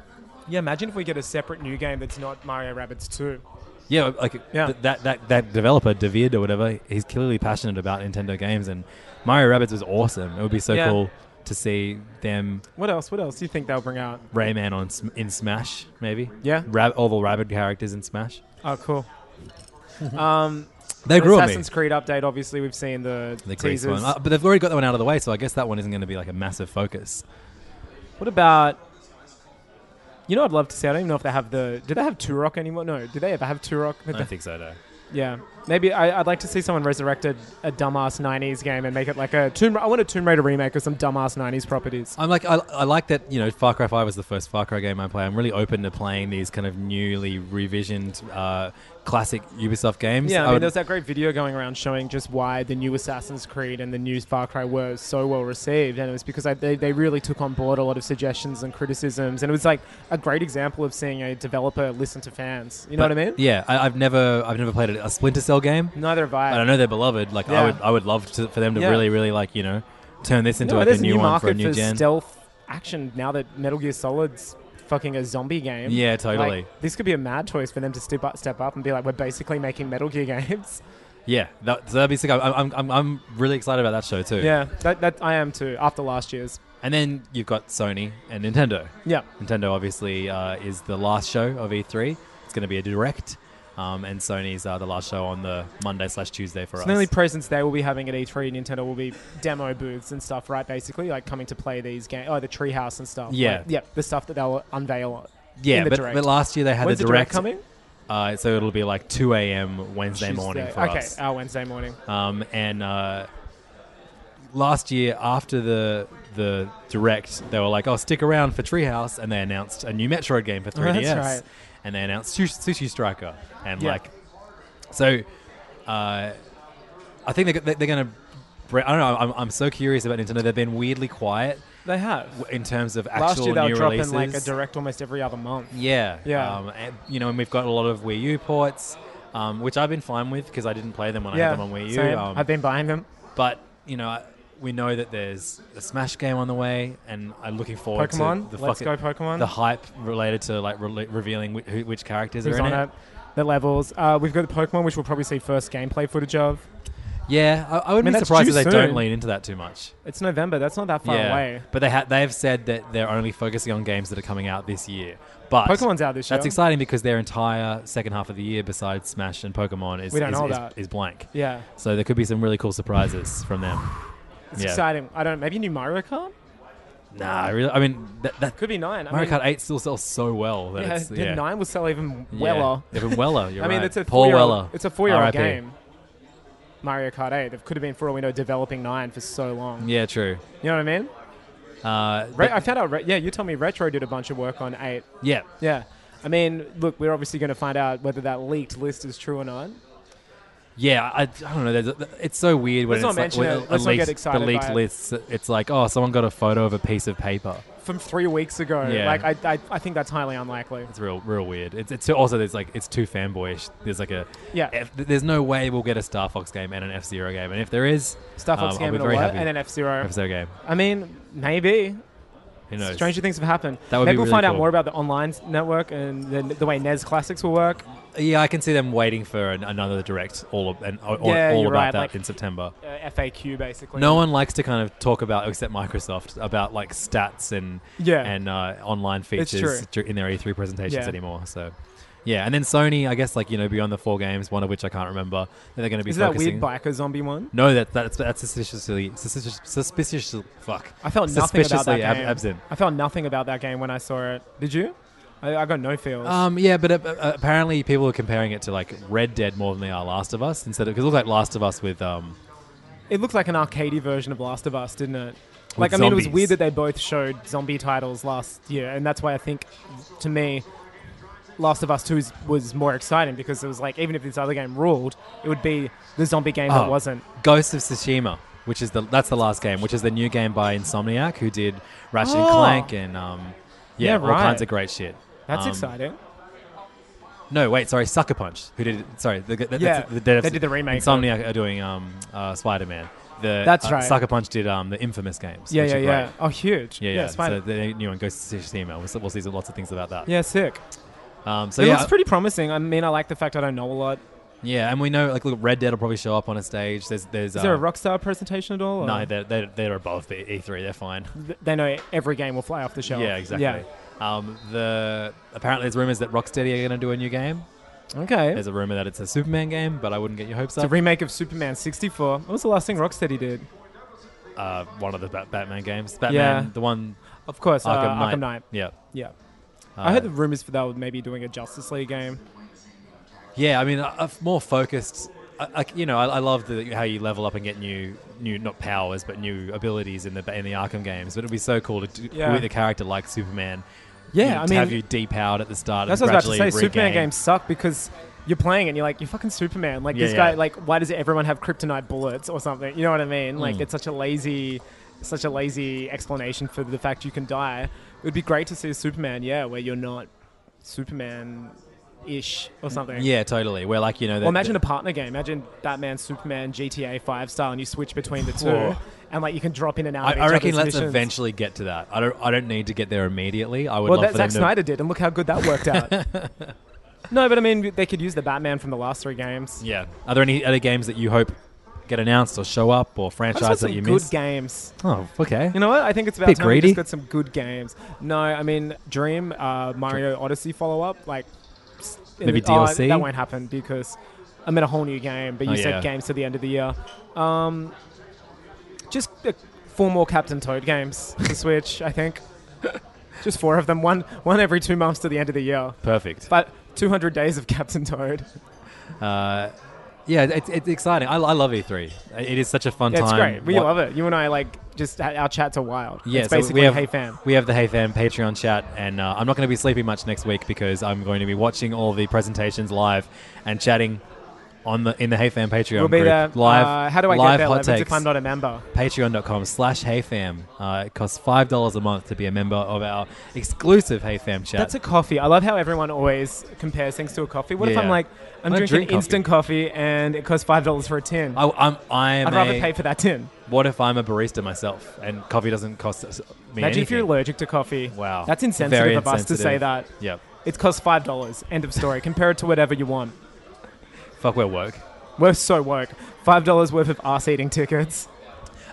I: Yeah, imagine if we get a separate new game that's not Mario Rabbids 2.
D: Yeah, like th- that that that developer David or whatever, he's clearly passionate about Nintendo games, and Mario Rabbids was awesome. It would be so
I: Yeah.
D: cool to see them
I: What else? What else do you think they'll bring out?
D: Rayman on Sm- in Smash, maybe.
I: Yeah.
D: Rab- all the Rabbit characters in Smash.
I: Oh, cool. um,
D: They
I: the
D: grew on me.
I: Assassin's Creed update, obviously, we've seen the,
D: The Greece
I: teasers.
D: one, Uh, but they've already got that one out of the way, so I guess that one isn't going to be like a massive focus.
I: what about. You know what I'd love to see? I don't even know if they have the. Do they have Turok anymore? No. Do they ever have Turok?
D: I don't think so, though.
I: Yeah. Maybe I, I'd like to see someone resurrect a, a dumbass 90s game and make it like a Tomb I want a Tomb Raider remake of some dumbass 90s properties.
D: I'm like, I, I like that. You know, Far Cry Five was the first Far Cry game I play. I'm really open to playing these kind of newly revisioned uh, classic Ubisoft games.
I: Yeah, I, mean,
D: would-
I: there's that great video going around showing just why the new Assassin's Creed and the new Far Cry were so well received, and it was because like, they, they really took on board a lot of suggestions and criticisms, and it was like a great example of seeing a developer listen to fans. You know
D: But,
I: what I mean?
D: Yeah, I, I've never I've never played a, a Splinter Cell game.
I: Neither have I.
D: But I know they're beloved. Like I
I: Yeah.
D: would I would love to, for them to
I: Yeah.
D: really really like you know turn this into
I: No,
D: like a
I: there's
D: new, one
I: market
D: for a new gen.
I: stealth action now that Metal Gear Solid's fucking a zombie game.
D: Yeah,
I: Like,
D: totally.
I: this could be a mad choice for them to step up, step up and be like, we're basically making Metal Gear games.
D: Yeah, that, so that'd be sick. I'm, I'm I'm I'm really excited about that show too.
I: Yeah, that, that I am too. After last year's.
D: And then you've got Sony and Nintendo.
I: Yeah.
D: Nintendo obviously uh, is the last show of E3. It's going to be a direct, um, and Sony's uh, the last show on the Monday slash Tuesday for
I: So
D: us.
I: the only presence they will be having at E3, Nintendo will be demo booths and stuff, right? Basically, like coming to play these games, oh, the treehouse and stuff.
D: Yeah.
I: like, yep, the stuff that they'll unveil. in
D: yeah,
I: the
D: but,
I: direct.
D: but last year they had
I: When's
D: the direct
I: coming
D: Uh, so it'll be like 2 a.m. Wednesday morning
I: Tuesday.
D: for
I: okay,
D: us.
I: our Wednesday morning.
D: Um, and uh, last year, after the the direct, they were like, "Oh, stick around for Treehouse," and they announced a new Metroid game for
I: Oh, that's
D: 3DS,
I: right.
D: and they announced Sushi, Sushi Striker, and
I: Yeah.
D: like, so uh, I think they're, go- they're going to. I don't know. I'm, I'm so curious about Nintendo. They've been weirdly quiet
I: They have.
D: in terms of actual
I: Last year they were
D: new
I: dropping
D: releases.
I: like a direct almost every other month.
D: Yeah,
I: Yeah.
D: Um, and, you know, and we've got a lot of Wii U ports, um, which I've been fine with because I didn't play them when I
I: yeah,
D: had them on Wii U.
I: same.
D: Um,
I: I've been buying them.
D: but you know, I- we know that there's a Smash game on the way, and I'm looking forward
I: Pokemon?
D: to the
I: Let's
D: fucking-
I: go Pokemon?
D: The hype related to like rele revealing wh- who, which characters
I: Who's
D: are in
I: on
D: it.
I: it? The levels. Uh, we've got the Pokemon, which we'll probably see first gameplay footage of.
D: Yeah, I, I would
I: I mean,
D: be
I: that's
D: surprised if they
I: due soon.
D: don't lean into that too much.
I: It's November. That's not that far
D: yeah,
I: away.
D: but they ha- they've said that they're only focusing on games that are coming out this year. But
I: Pokemon's out this
D: That's
I: year.
D: exciting because their entire second half of the year, besides Smash and Pokemon, is
I: We don't
D: is,
I: know
D: is,
I: that.
D: is blank.
I: Yeah.
D: So there could be some really cool surprises from them.
I: It's
D: yeah.
I: exciting. I don't. Maybe new Mario Kart.
D: Nah, I really. I mean, that, that
I: Could be nine. I
D: Mario
I: mean-
D: Kart Eight still sells so well. That
I: Yeah,
D: it's,
I: the
D: yeah.
I: nine will sell even
D: Yeah,
I: weller.
D: even weller, you're
I: I mean,
D: right.
I: it's a
D: Paul
I: four-year-old-
D: Weller,
I: It's a four-year-old
D: RIP.
I: game. Mario Kart Eight. It could have been, for all we know, developing nine for so long.
D: Yeah, true.
I: You know what I mean?
D: Uh,
I: Re-
D: but-
I: I found out. Re- yeah, you told me Retro did a bunch of work on eight.
D: Yeah.
I: Yeah. I mean, look, we're obviously going to find out whether that leaked list is true or not.
D: Yeah, I, I don't know. There's a- It's so weird when
I: Let's not
D: it's like,
I: mention
D: when
I: it.
D: a
I: Let's not get
D: leaked-
I: excited
D: the
I: by
D: leaked
I: it.
D: lists. It's like, oh, someone got a photo of a piece of paper.
I: From three weeks ago,
D: Yeah.
I: like I, I, I think that's highly unlikely.
D: It's real, real weird. It's, it's also there's like it's too fanboyish. There's like a
I: Yeah.
D: F, there's no way we'll get a Star Fox game and an F Zero game. And if there is
I: Star Fox
D: um,
I: game
D: I'll be
I: and, a
D: very
I: what?
D: happy.
I: and an F Zero.
D: F Zero game.
I: I mean, maybe.
D: Who knows?
I: Stranger things have happened.
D: That would
I: maybe
D: be
I: we'll
D: really
I: find out
D: cool.
I: more about the online s- network and the, the way NES Classics will work.
D: Yeah, I can see them waiting for an, another direct all of, and all,
I: Yeah,
D: all
I: you're
D: about
I: right,
D: that
I: like-
D: in September.
I: Uh, FAQ basically.
D: No one likes to kind of talk about, except Microsoft, about like stats and
I: Yeah.
D: and uh, online
I: It's
D: features
I: true.
D: dur- in their E3 presentations
I: Yeah.
D: anymore. So, yeah, and then Sony, I guess, like you know, beyond the four games, one of which I can't remember, that they're going to be
I: Is that
D: focusing.
I: weird biker zombie one?
D: no, that that's that's suspiciously suspicious, suspiciously fuck.
I: I felt nothing about that
D: suspiciously
I: game.
D: ab- absent.
I: I felt nothing about that game when I saw it. Did you? I, I got no feels.
D: Um, yeah, but uh, uh, apparently people are comparing it to like Red Dead more than they are Last of Us instead of because it looks like Last of Us with um,
I: it looked like an arcadey version of Last of Us, didn't it?
D: With
I: Like, I mean, it was
D: zombies.
I: weird that they both showed zombie titles last year, and that's why I think, to me, Last of Us 2 is- was more exciting because it was like, even if this other game ruled, it would be the zombie game
D: Oh,
I: that wasn't.
D: Ghost of Tsushima, which is the that's the last game, which is the new game by Insomniac, who did Ratchet
I: Oh.
D: and Clank and um, yeah,
I: Yeah,
D: all
I: right.
D: kinds of great shit.
I: That's
D: Um,
I: excited. exciting.
D: No, wait, sorry, Sucker Punch, who did sorry, the, the,
I: Yeah,
D: the, the,
I: they did the remake of-
D: Insomniac are doing um, uh, Spider Man. The,
I: That's
D: uh,
I: right.
D: Sucker Punch did um, the infamous games.
I: Yeah,
D: which
I: yeah,
D: are
I: yeah.
D: great.
I: Oh, huge.
D: Yeah,
I: Yeah,
D: yeah.
I: Spider-
D: so the new one, Ghost of Tsushima. We'll, see- we'll see lots of things about that.
I: Yeah, sick.
D: Um, so
I: it
D: yeah,
I: looks pretty promising. I mean, I like the fact I don't know a lot.
D: yeah, and we know like look, Red Dead will probably show up on a stage. There's there's
I: Is there a
D: uh,
I: Rockstar presentation at all? or-
D: no, they're, they're, they're above the E3. They're fine.
I: Th- they know every game will fly off the shelf.
D: Yeah, exactly. Um, the apparently there's rumors that Rocksteady are going to do a new game.
I: Okay.
D: There's a rumor that it's a Superman game, but I wouldn't get your hopes
I: It's a
D: up.
I: remake of Superman 64. What was the last thing Rocksteady did?
D: uh, one of the Bat- Batman games, Batman,
I: Yeah.
D: the one,
I: Of course, uh,
D: Arkham Knight.
I: Arkham Knight.
D: Yeah,
I: Yeah.
D: Uh,
I: I heard the rumors for that were maybe doing a Justice League game.
D: yeah. I mean, a, a more focused. I, I- you know, I, I love the, how you level up and get new, new not powers, but new abilities in the in the Arkham games. But it'd be so cool to do,
I: Yeah.
D: with a character like Superman.
I: Yeah,
D: you know,
I: I
D: to have
I: mean-
D: you depowered at the start.
I: That's
D: and
I: what I was about to
D: gradually
I: say. Superman
D: regain-
I: games suck because you're playing it and you're like, you're fucking Superman. Like,
D: Yeah,
I: this guy,
D: yeah.
I: like, why does everyone have kryptonite bullets or something? You know what I mean? Like,
D: Mm.
I: it's such a lazy. Such a lazy explanation for the fact you can die. It would be great to see a Superman, yeah, where you're not Superman ish or something.
D: Yeah, totally. Where like you know,
I: Well, imagine a partner game. Imagine Batman, Superman, GTA Five style, and you switch between the two,
D: Whoa.
I: and like you can drop in and out.
D: I,
I: of
D: I
I: each
D: reckon
I: other's
D: let's
I: missions.
D: eventually get to that. I don't. I don't need to get there immediately. I would
I: Well,
D: love
I: that
D: for
I: Zack
D: them to-
I: Snyder did, and look how good that worked out. no, but I mean, they could use the Batman from the last three games.
D: Yeah. Are there any other games that you hope get announced or show up or
I: I just want
D: franchise that
I: some
D: you
I: good
D: missed?
I: games.
D: Oh, okay.
I: You know what? I think it's about
D: Bit
I: time
D: greedy.
I: we just got some good games. No, I mean Dream, uh, Mario Odyssey follow up, like s- in
D: Maybe
I: the- oh,
D: DLC?
I: that won't happen because I'm in a whole new game. But you
D: Oh,
I: said
D: yeah.
I: games to the end of the year. Um, just uh, four more Captain Toad games to Switch, I think. Just four of them, one one every two months to the end of the year.
D: Perfect.
I: But 200 days of Captain Toad.
D: Uh, yeah, it's, it's exciting. I, I love E3. It is such a fun
I: Yeah, it's
D: time.
I: great. We
D: What-
I: love it. You and I like just our chats are wild.
D: Yeah,
I: it's
D: so
I: basically
D: we have,
I: hey fam.
D: We have the Hey Fam Patreon chat, and uh, I'm not going to be sleeping much next week because I'm going to be watching all the presentations live and chatting on the in the Hey Fam Patreon
I: We'll be
D: group
I: there.
D: live.
I: Uh, how do I get
D: live
I: there,
D: hot
I: Levins, if
D: takes.
I: I'm not a member?
D: Patreon.com slash Hey Fam. Uh, it costs five dollars a month to be a member of our exclusive Hey Fam chat.
I: That's a coffee. I love how everyone always compares things to a coffee. What if
D: Yeah.
I: I'm like, I'm
D: I
I: drinking
D: drink coffee.
I: instant coffee and it costs five dollars for a tin?
D: I, am I'm
I: I'd rather
D: a-
I: pay for that tin.
D: what if I'm a barista myself and coffee doesn't cost us- me
I: Imagine if you're
D: anything?
I: allergic to coffee.
D: Wow.
I: That's insensitive
D: Very
I: of us to say
D: insensitive.
I: that.
D: Yep.
I: It costs five dollars. End of story. Compare it to whatever you want.
D: Fuck, we're woke.
I: We're so woke. Five dollars worth of ass eating tickets.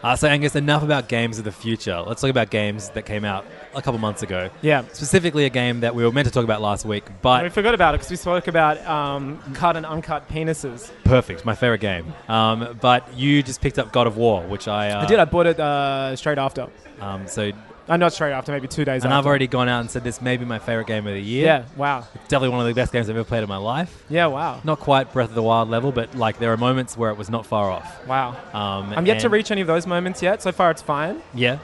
D: Uh, so Angus, enough about games of the future. Let's talk about games that came out a couple months ago.
I: Yeah.
D: Specifically a game that we were meant to talk about last week, but
I: we forgot about it because we spoke about um, cut and uncut penises.
D: perfect, my favorite game. Um, but you just picked up God of War, which I... Uh,
I: I did. I bought it uh, straight after.
D: Um, so,
I: Uh, not straight after. Maybe two days.
D: and
I: after.
D: I've already gone out and said this may be my favorite game of the year.
I: Oh, Yeah. Wow.
D: It's definitely one of the best games I've ever played in my life.
I: Yeah. Wow.
D: Not quite Breath of the Wild level, but like there are moments where it was not far off.
I: Wow.
D: Um,
I: I'm yet to
D: and-
I: reach any of those moments yet. So far, it's fine.
D: Yeah.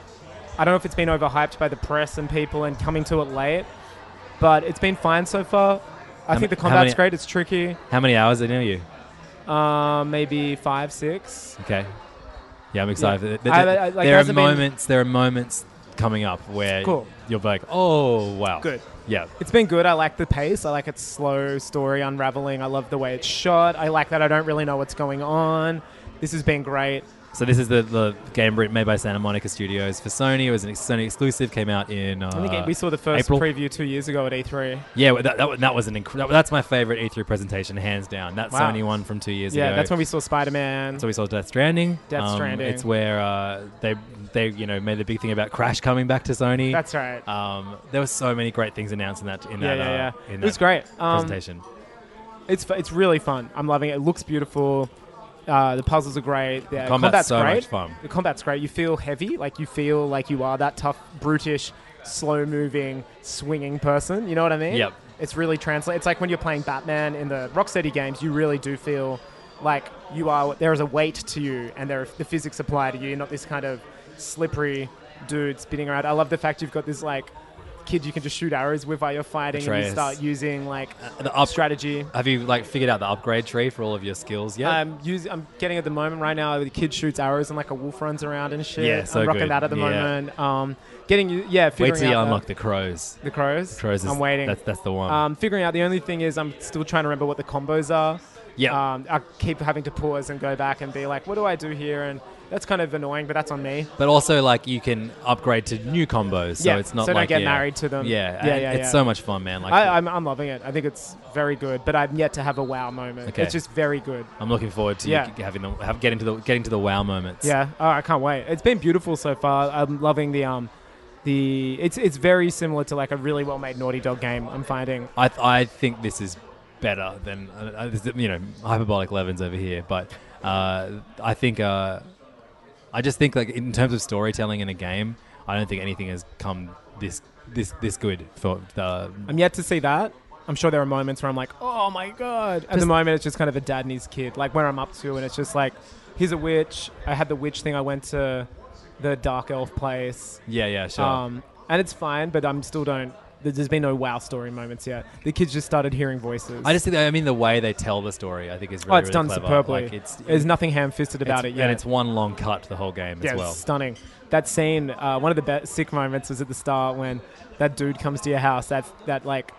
I: I don't know if it's been overhyped by the press and people and coming to it late, but it's been fine so far. I
D: How
I: think
D: ma-
I: the
D: how
I: combat's
D: many-
I: great. It's tricky.
D: How many hours in are you?
I: Uh, maybe five, six.
D: Okay. Yeah, I'm excited.
I: Yeah.
D: Th- th-
I: I- I- like,
D: there are
I: hasn't been-
D: moments. There are moments coming up where
I: Cool.
D: you'll be like, "Oh wow,
I: Good.
D: Yeah,
I: It's been good. I like the pace. I like its slow story unraveling. I love the way it's shot. I like that I don't really know what's going on. This has been great.
D: so this is the, the game writ- made by Santa Monica Studios for Sony. It was an ex- Sony exclusive. Came out in uh,
I: I think we saw the first
D: April.
I: preview two years ago at E E3.
D: yeah, well, that, that, wa- that was an inc- that, that's my favorite E3 presentation, hands down. That
I: Wow.
D: Sony one from two years
I: yeah,
D: ago.
I: that's when we saw Spider Man.
D: So we saw Death Stranding. Um,
I: Death Stranding.
D: It's where uh, they they you know made the big thing about Crash coming back to Sony.
I: That's right.
D: Um, there were so many great things announced in that in
I: Yeah,
D: that
I: yeah,
D: uh,
I: yeah.
D: in
I: It was
D: that
I: great. Um,
D: presentation.
I: It's fu- it's really fun. I'm loving it. It looks beautiful. Uh, the puzzles are great. The
D: Combat's
I: combat's
D: so
I: great.
D: much fun.
I: The combat's great. You feel heavy, like you feel like you are that tough, brutish, slow-moving, swinging person. You know what I mean?
D: Yep.
I: It's really translate. It's like when you're playing Batman in the Rocksteady games. You really do feel like you are. There is a weight to you, and there are, the physics apply to you. You're not this kind of slippery dude spinning around. I love the fact you've got this like kid you can just shoot arrows with while you're fighting, and
D: Atreus.
I: you start using like
D: the up-
I: strategy.
D: Have you like figured out the upgrade tree for all of your skills yet?
I: I'm using. I'm getting at the moment right now. The kid shoots arrows and like a wolf runs around and shit.
D: Yeah, so
I: I'm rocking
D: good.
I: that at the
D: Yeah.
I: moment. Um, getting you. Yeah,
D: Wait
I: figuring
D: till you
I: out
D: unlock the crows.
I: the crows.
D: Crows is-
I: I'm waiting.
D: that's- that's the one.
I: Um, figuring out the only thing is I'm still trying to remember what the combos are.
D: Yeah.
I: Um, I keep having to pause and go back and be like, what do I do here? And that's kind of annoying, but that's on me.
D: But also, like you can upgrade to new combos, so
I: Yeah,
D: it's not
I: so don't
D: like
I: get
D: yeah.
I: married to them.
D: Yeah,
I: Yeah,
D: and
I: yeah,
D: it's
I: yeah.
D: so much fun, man. Like
I: I, I'm, I'm loving it. I think it's very good, but I'm yet to have a wow moment.
D: Okay.
I: It's just very good.
D: I'm looking forward to
I: Yeah.
D: you having the have, getting to the getting to the wow moments.
I: Yeah, oh, I can't wait. It's been beautiful so far. I'm loving the um, the it's it's very similar to like a really well made Naughty Dog game. I'm finding.
D: I th- I think this is better than uh, uh, this- you know hyperbolic Levens over here, but uh, I think uh, I just think like in terms of storytelling in a game, I don't think anything has come this this this good for the
I: I'm yet to see that. I'm sure there are moments where I'm like, oh my god. At the
D: Just-
I: moment, it's just kind of a dad and his kid, like where I'm up to, and it's just like, here's a witch. I had the witch thing. I went to the dark elf place.
D: yeah yeah sure.
I: Um, and it's fine, but I'm still don't. There's been no wow story moments yet. The kids just started hearing voices.
D: I just think that, I mean the way they tell the story. I think is really,
I: oh, it's
D: really
I: done
D: clever.
I: superbly.
D: Like, it's
I: There's nothing ham-fisted about
D: it's-
I: it yet.
D: and it's one long cut the whole game
I: yeah,
D: as well.
I: stunning. That scene, uh, one of the best sick moments was at the start when that dude comes to your house, that that like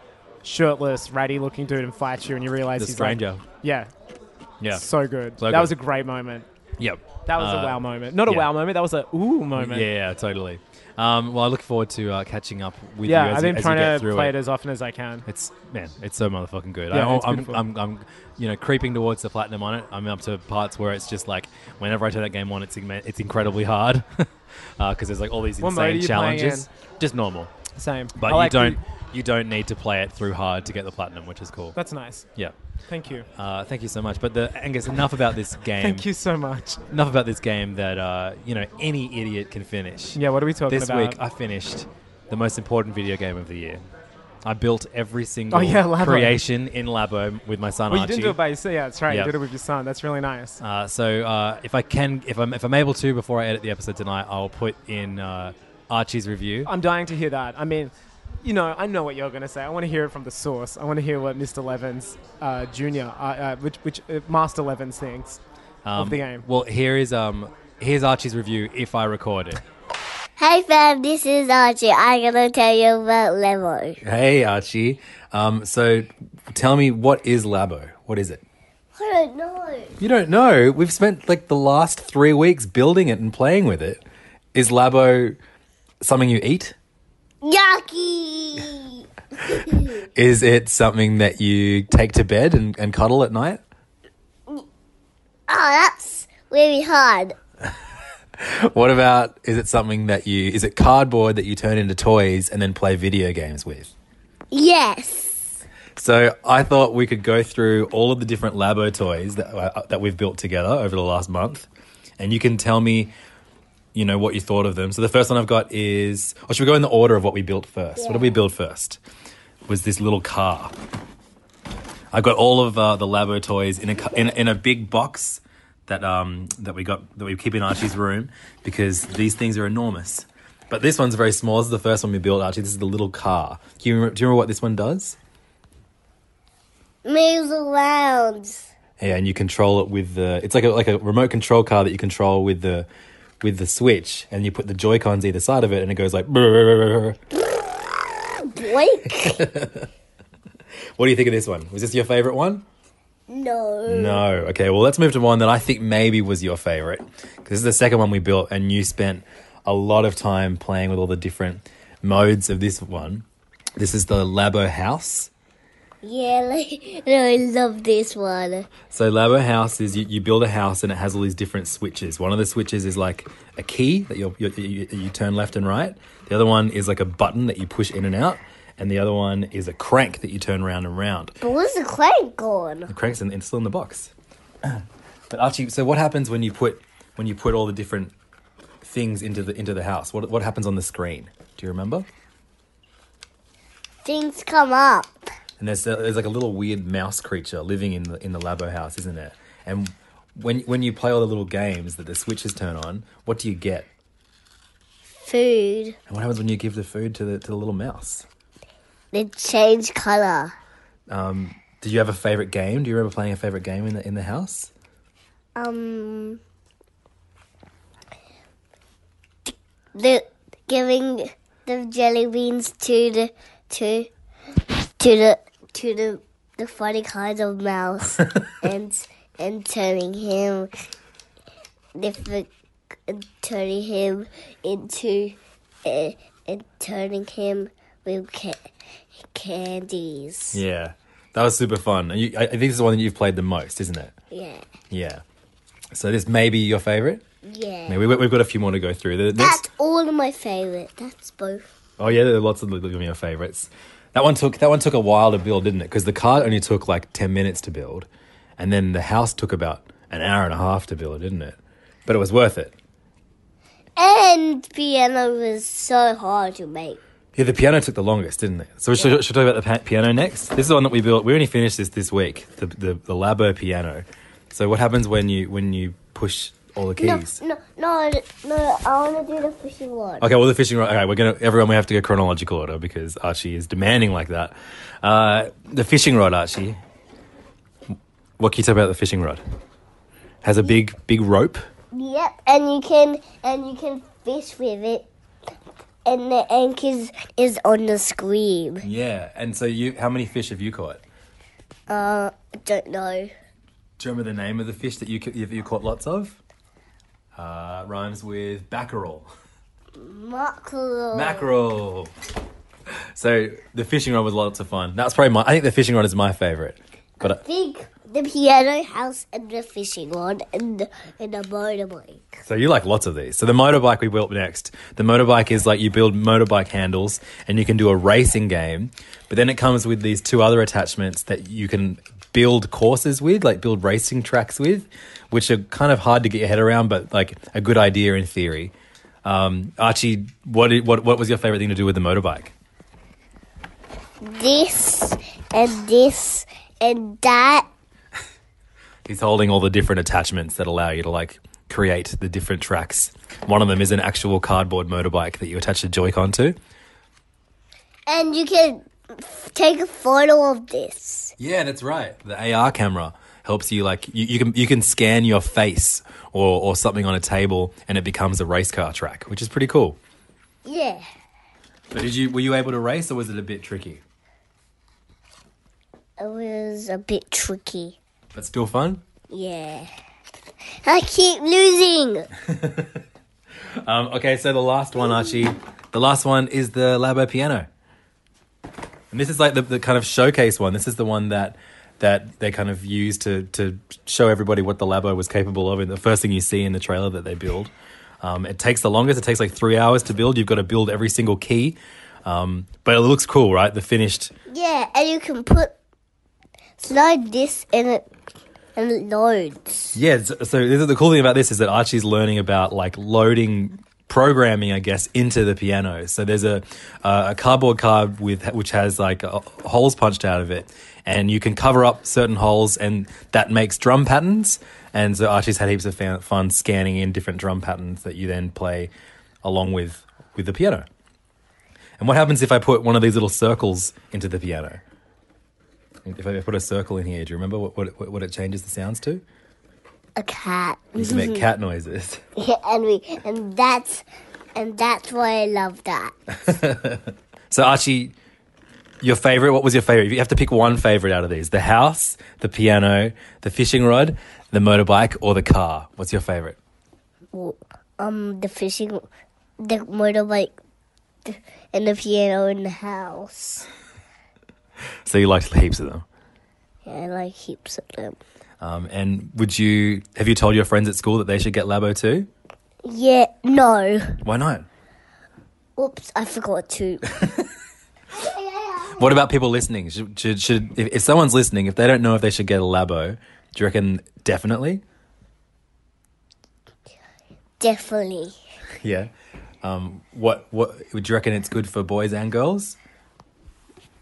I: shirtless, ratty looking dude, and fights you, and you realize
D: The
I: he's
D: stranger.
I: Like, yeah,
D: yeah,
I: so good.
D: So
I: that
D: good.
I: was a great moment.
D: yep.
I: That was
D: Uh,
I: a wow moment. Not a
D: yeah.
I: wow moment. That was a ooh moment.
D: Yeah, yeah, totally. Um, well, I look forward to uh, catching up with
I: Yeah,
D: you. As
I: I've
D: you-
I: been
D: as you
I: trying
D: get
I: to
D: through
I: play
D: it.
I: it. as often as I can.
D: It's man, it's so motherfucking good.
I: Yeah,
D: I,
I: it's
D: I'm,
I: beautiful.
D: I'm, I'm, you know, creeping towards the platinum on it. I'm up to parts where it's just like whenever I turn that game on, it's ima- it's incredibly hard because there's like all these
I: What mode are
D: insane
I: you playing
D: challenges. Just normal,
I: Same. I
D: but
I: like
D: you
I: the-
D: don't you don't need to play it through hard to get the platinum, which is cool.
I: That's nice.
D: yeah.
I: Thank you.
D: Uh, thank you so much. But the Angus, enough about this game.
I: Thank you so much.
D: Enough about this game that uh, you know any idiot can finish.
I: Yeah, what are we talking
D: this
I: about?
D: week I finished the most important video game of the year. I built every single
I: Oh, yeah, Labo.
D: creation in Labo with my son
I: Well, you
D: Archie.
I: didn't do it by yourself. Yeah, that's right.
D: Yeah.
I: You did it with your son. That's really nice.
D: uh, so uh, if I can, if I'm if I'm able to before I edit the episode tonight, I'll put in uh, Archie's review.
I: I'm dying to hear that. I mean, you know, I know what you're going to say. I want to hear it from the source. I want to hear what Mr. Levens uh, Jr., uh, uh, which, which uh, Master Levens thinks of the game.
D: Well, here is um here's Archie's review if I record it.
J: Hey fam, this is Archie. I'm gonna tell you about Lebo.
D: Hey Archie, um, so tell me what is Labo? What is it?
I: I don't know.
D: You don't know. We've spent like the last three weeks building it and playing with it. Is Labo something you eat?
I: Yucky.
D: Is it something that you take to bed and, and cuddle at night?
I: Oh, that's really hard.
D: What about is it something that you is it cardboard that you turn into toys and then play video games with?
I: Yes.
D: So I thought we could go through all of the different Labo toys that uh, that we've built together over the last month, and you can tell me, you know, what you thought of them. So the first one I've got is, or should we go in the order of what we built first? What did we build first? Was this little car? I got all of uh, the Labo toys in a cu- in, in a big box that um that we got that we keep in Archie's room because these things are enormous. But this one's very small. This is the first one we built, Archie. This is the little car. Do you remember, do you remember what this one does?
I: Moves around.
D: Yeah, and you control it with the. It's like a like a remote control car that you control with the with the switch, and you put the Joy Cons either side of it, and it goes like. "Brrr."
I: Blake?
D: What do you think of this one? Was this your favorite one?
I: No.
D: No. Okay. Well, let's move to one that I think maybe was your favorite. 'Cause this is the second one we built, and you spent a lot of time playing with all the different modes of this one. This is the Labo House.
I: Yeah, like, no, I love this one.
D: So Labo House is you, you build a house and it has all these different switches. One of the switches is like a key that you're, you you you turn left and right. The other one is like a button that you push in and out, and the other one is a crank that you turn round and round.
I: But where's the crank gone?
D: The crank's in, it's still in the box. But Archie, so what happens when you put when you put all the different things into the into the house? What what happens on the screen? Do you remember?
I: Things come up.
D: And there's, there's like a little weird mouse creature living in the in the Labo house, isn't there? And when when you play all the little games that the switches turn on, what do you get?
I: Food.
D: And what happens when you give the food to the to the little mouse?
I: They change color.
D: Um, did you have a favorite game? Do you remember playing a favorite game in the in the house?
I: Um. The giving the jelly beans to the to to the to the the funny kind of mouse and and turning him different and turning him into uh, and turning him with ca- candies.
D: Yeah, that was super fun. And you, I, I think this is the one that you've played the most, isn't it?
I: Yeah.
D: Yeah. So this may be your favorite.
I: Yeah.
D: Maybe we, we've got a few more to go through. The- this-
I: That's all of my favorite. That's both.
D: Oh yeah, there are lots of little of your favorites. That one took that one took a while to build, didn't it? Because the card only took like ten minutes to build, and then the house took about an hour and a half to build, didn't it? But it was worth it.
I: And piano was so hard to make.
D: Yeah, the piano took the longest, didn't it? So we should, should we talk about the pa- piano next. This is the one that we built. We only finished this this week. The the, the Labo piano. So what happens when you when you push all the keys?
I: No, no, no, no, I want to do the fishing one.
D: Okay, well the fishing rod. Okay, we're gonna everyone we have to go chronological order because Archie is demanding like that. Uh, the fishing rod, Archie. What can you tell about the fishing rod? Has a big big rope.
I: Yep, and you can and you can fish with it. And the ink is, is on the screen.
D: Yeah, and so you how many fish have you caught?
I: Uh, I don't know.
D: Do you remember the name of the fish that you ca- you, you caught lots of? Uh, rhymes with backerel.
I: Mackerel.
D: Mackerel. So the fishing rod was lots of fun. That's probably my. I think the fishing rod is my favorite. But I-
I: Big, the piano house and the fishing one and the, and the motorbike.
D: So you like lots of these. So the motorbike we built next. The motorbike is like you build motorbike handles and you can do a racing game, but then it comes with these two other attachments that you can build courses with, like build racing tracks with, which are kind of hard to get your head around, but like a good idea in theory. Um, Archie, what, did- what what was your favorite thing to do with the motorbike?
I: This and this and that.
D: He's holding all the different attachments that allow you to like create the different tracks. One of them is an actual cardboard motorbike that you attach a Joy-Con to.
I: And you can f- take a photo of this.
D: Yeah, that's right. The AR camera helps you like you, you can you can scan your face or or something on a table and it becomes a race car track, which is pretty cool.
I: Yeah.
D: But did you were you able to race or was it a bit tricky?
I: It was a bit tricky.
D: That's still fun.
I: Yeah. I keep losing.
D: Um, okay, so the last one, Archie, the last one is the Labo piano, and this is like the, the kind of showcase one. This is the one that that they kind of use to to show everybody what the Labo was capable of. And the first thing you see in the trailer that they build, um, it takes the longest. It takes like three hours to build. You've got to build every single key, um, but it looks cool, right? The finished.
I: Yeah, and you can put slide this and it and it loads.
D: Yeah. So, so this is the cool thing about this is that Archie's learning about like loading programming, I guess, into the piano. So there's a uh, a cardboard card with which has like uh, holes punched out of it, and you can cover up certain holes, and that makes drum patterns. And so Archie's had heaps of fan- fun scanning in different drum patterns that you then play along with with the piano. And what happens if I put one of these little circles into the piano? If I put a circle in here, do you remember what what, it- what it changes the sounds to?
I: A cat.
D: It used to make cat noises.
I: Yeah, and we and that's and that's why I love that.
D: So Archie, your favorite? What was your favorite? If you have to pick one favorite out of these: the house, the piano, the fishing rod, the motorbike, or the car. What's your favorite?
I: W- Um, the fishing, the motorbike, th- and the piano in the house.
D: So you liked heaps of them.
I: Yeah, I like heaps of them.
D: Um, and would you have you told your friends at school that they should get Labo too?
I: Yeah, no.
D: Why not?
I: Oops, I forgot to.
D: What about people listening? Should, should, should if, if someone's listening, if they don't know if they should get a Labo, do you reckon definitely?
I: Definitely.
D: Yeah. Um, what what would you reckon? It's good for boys and girls,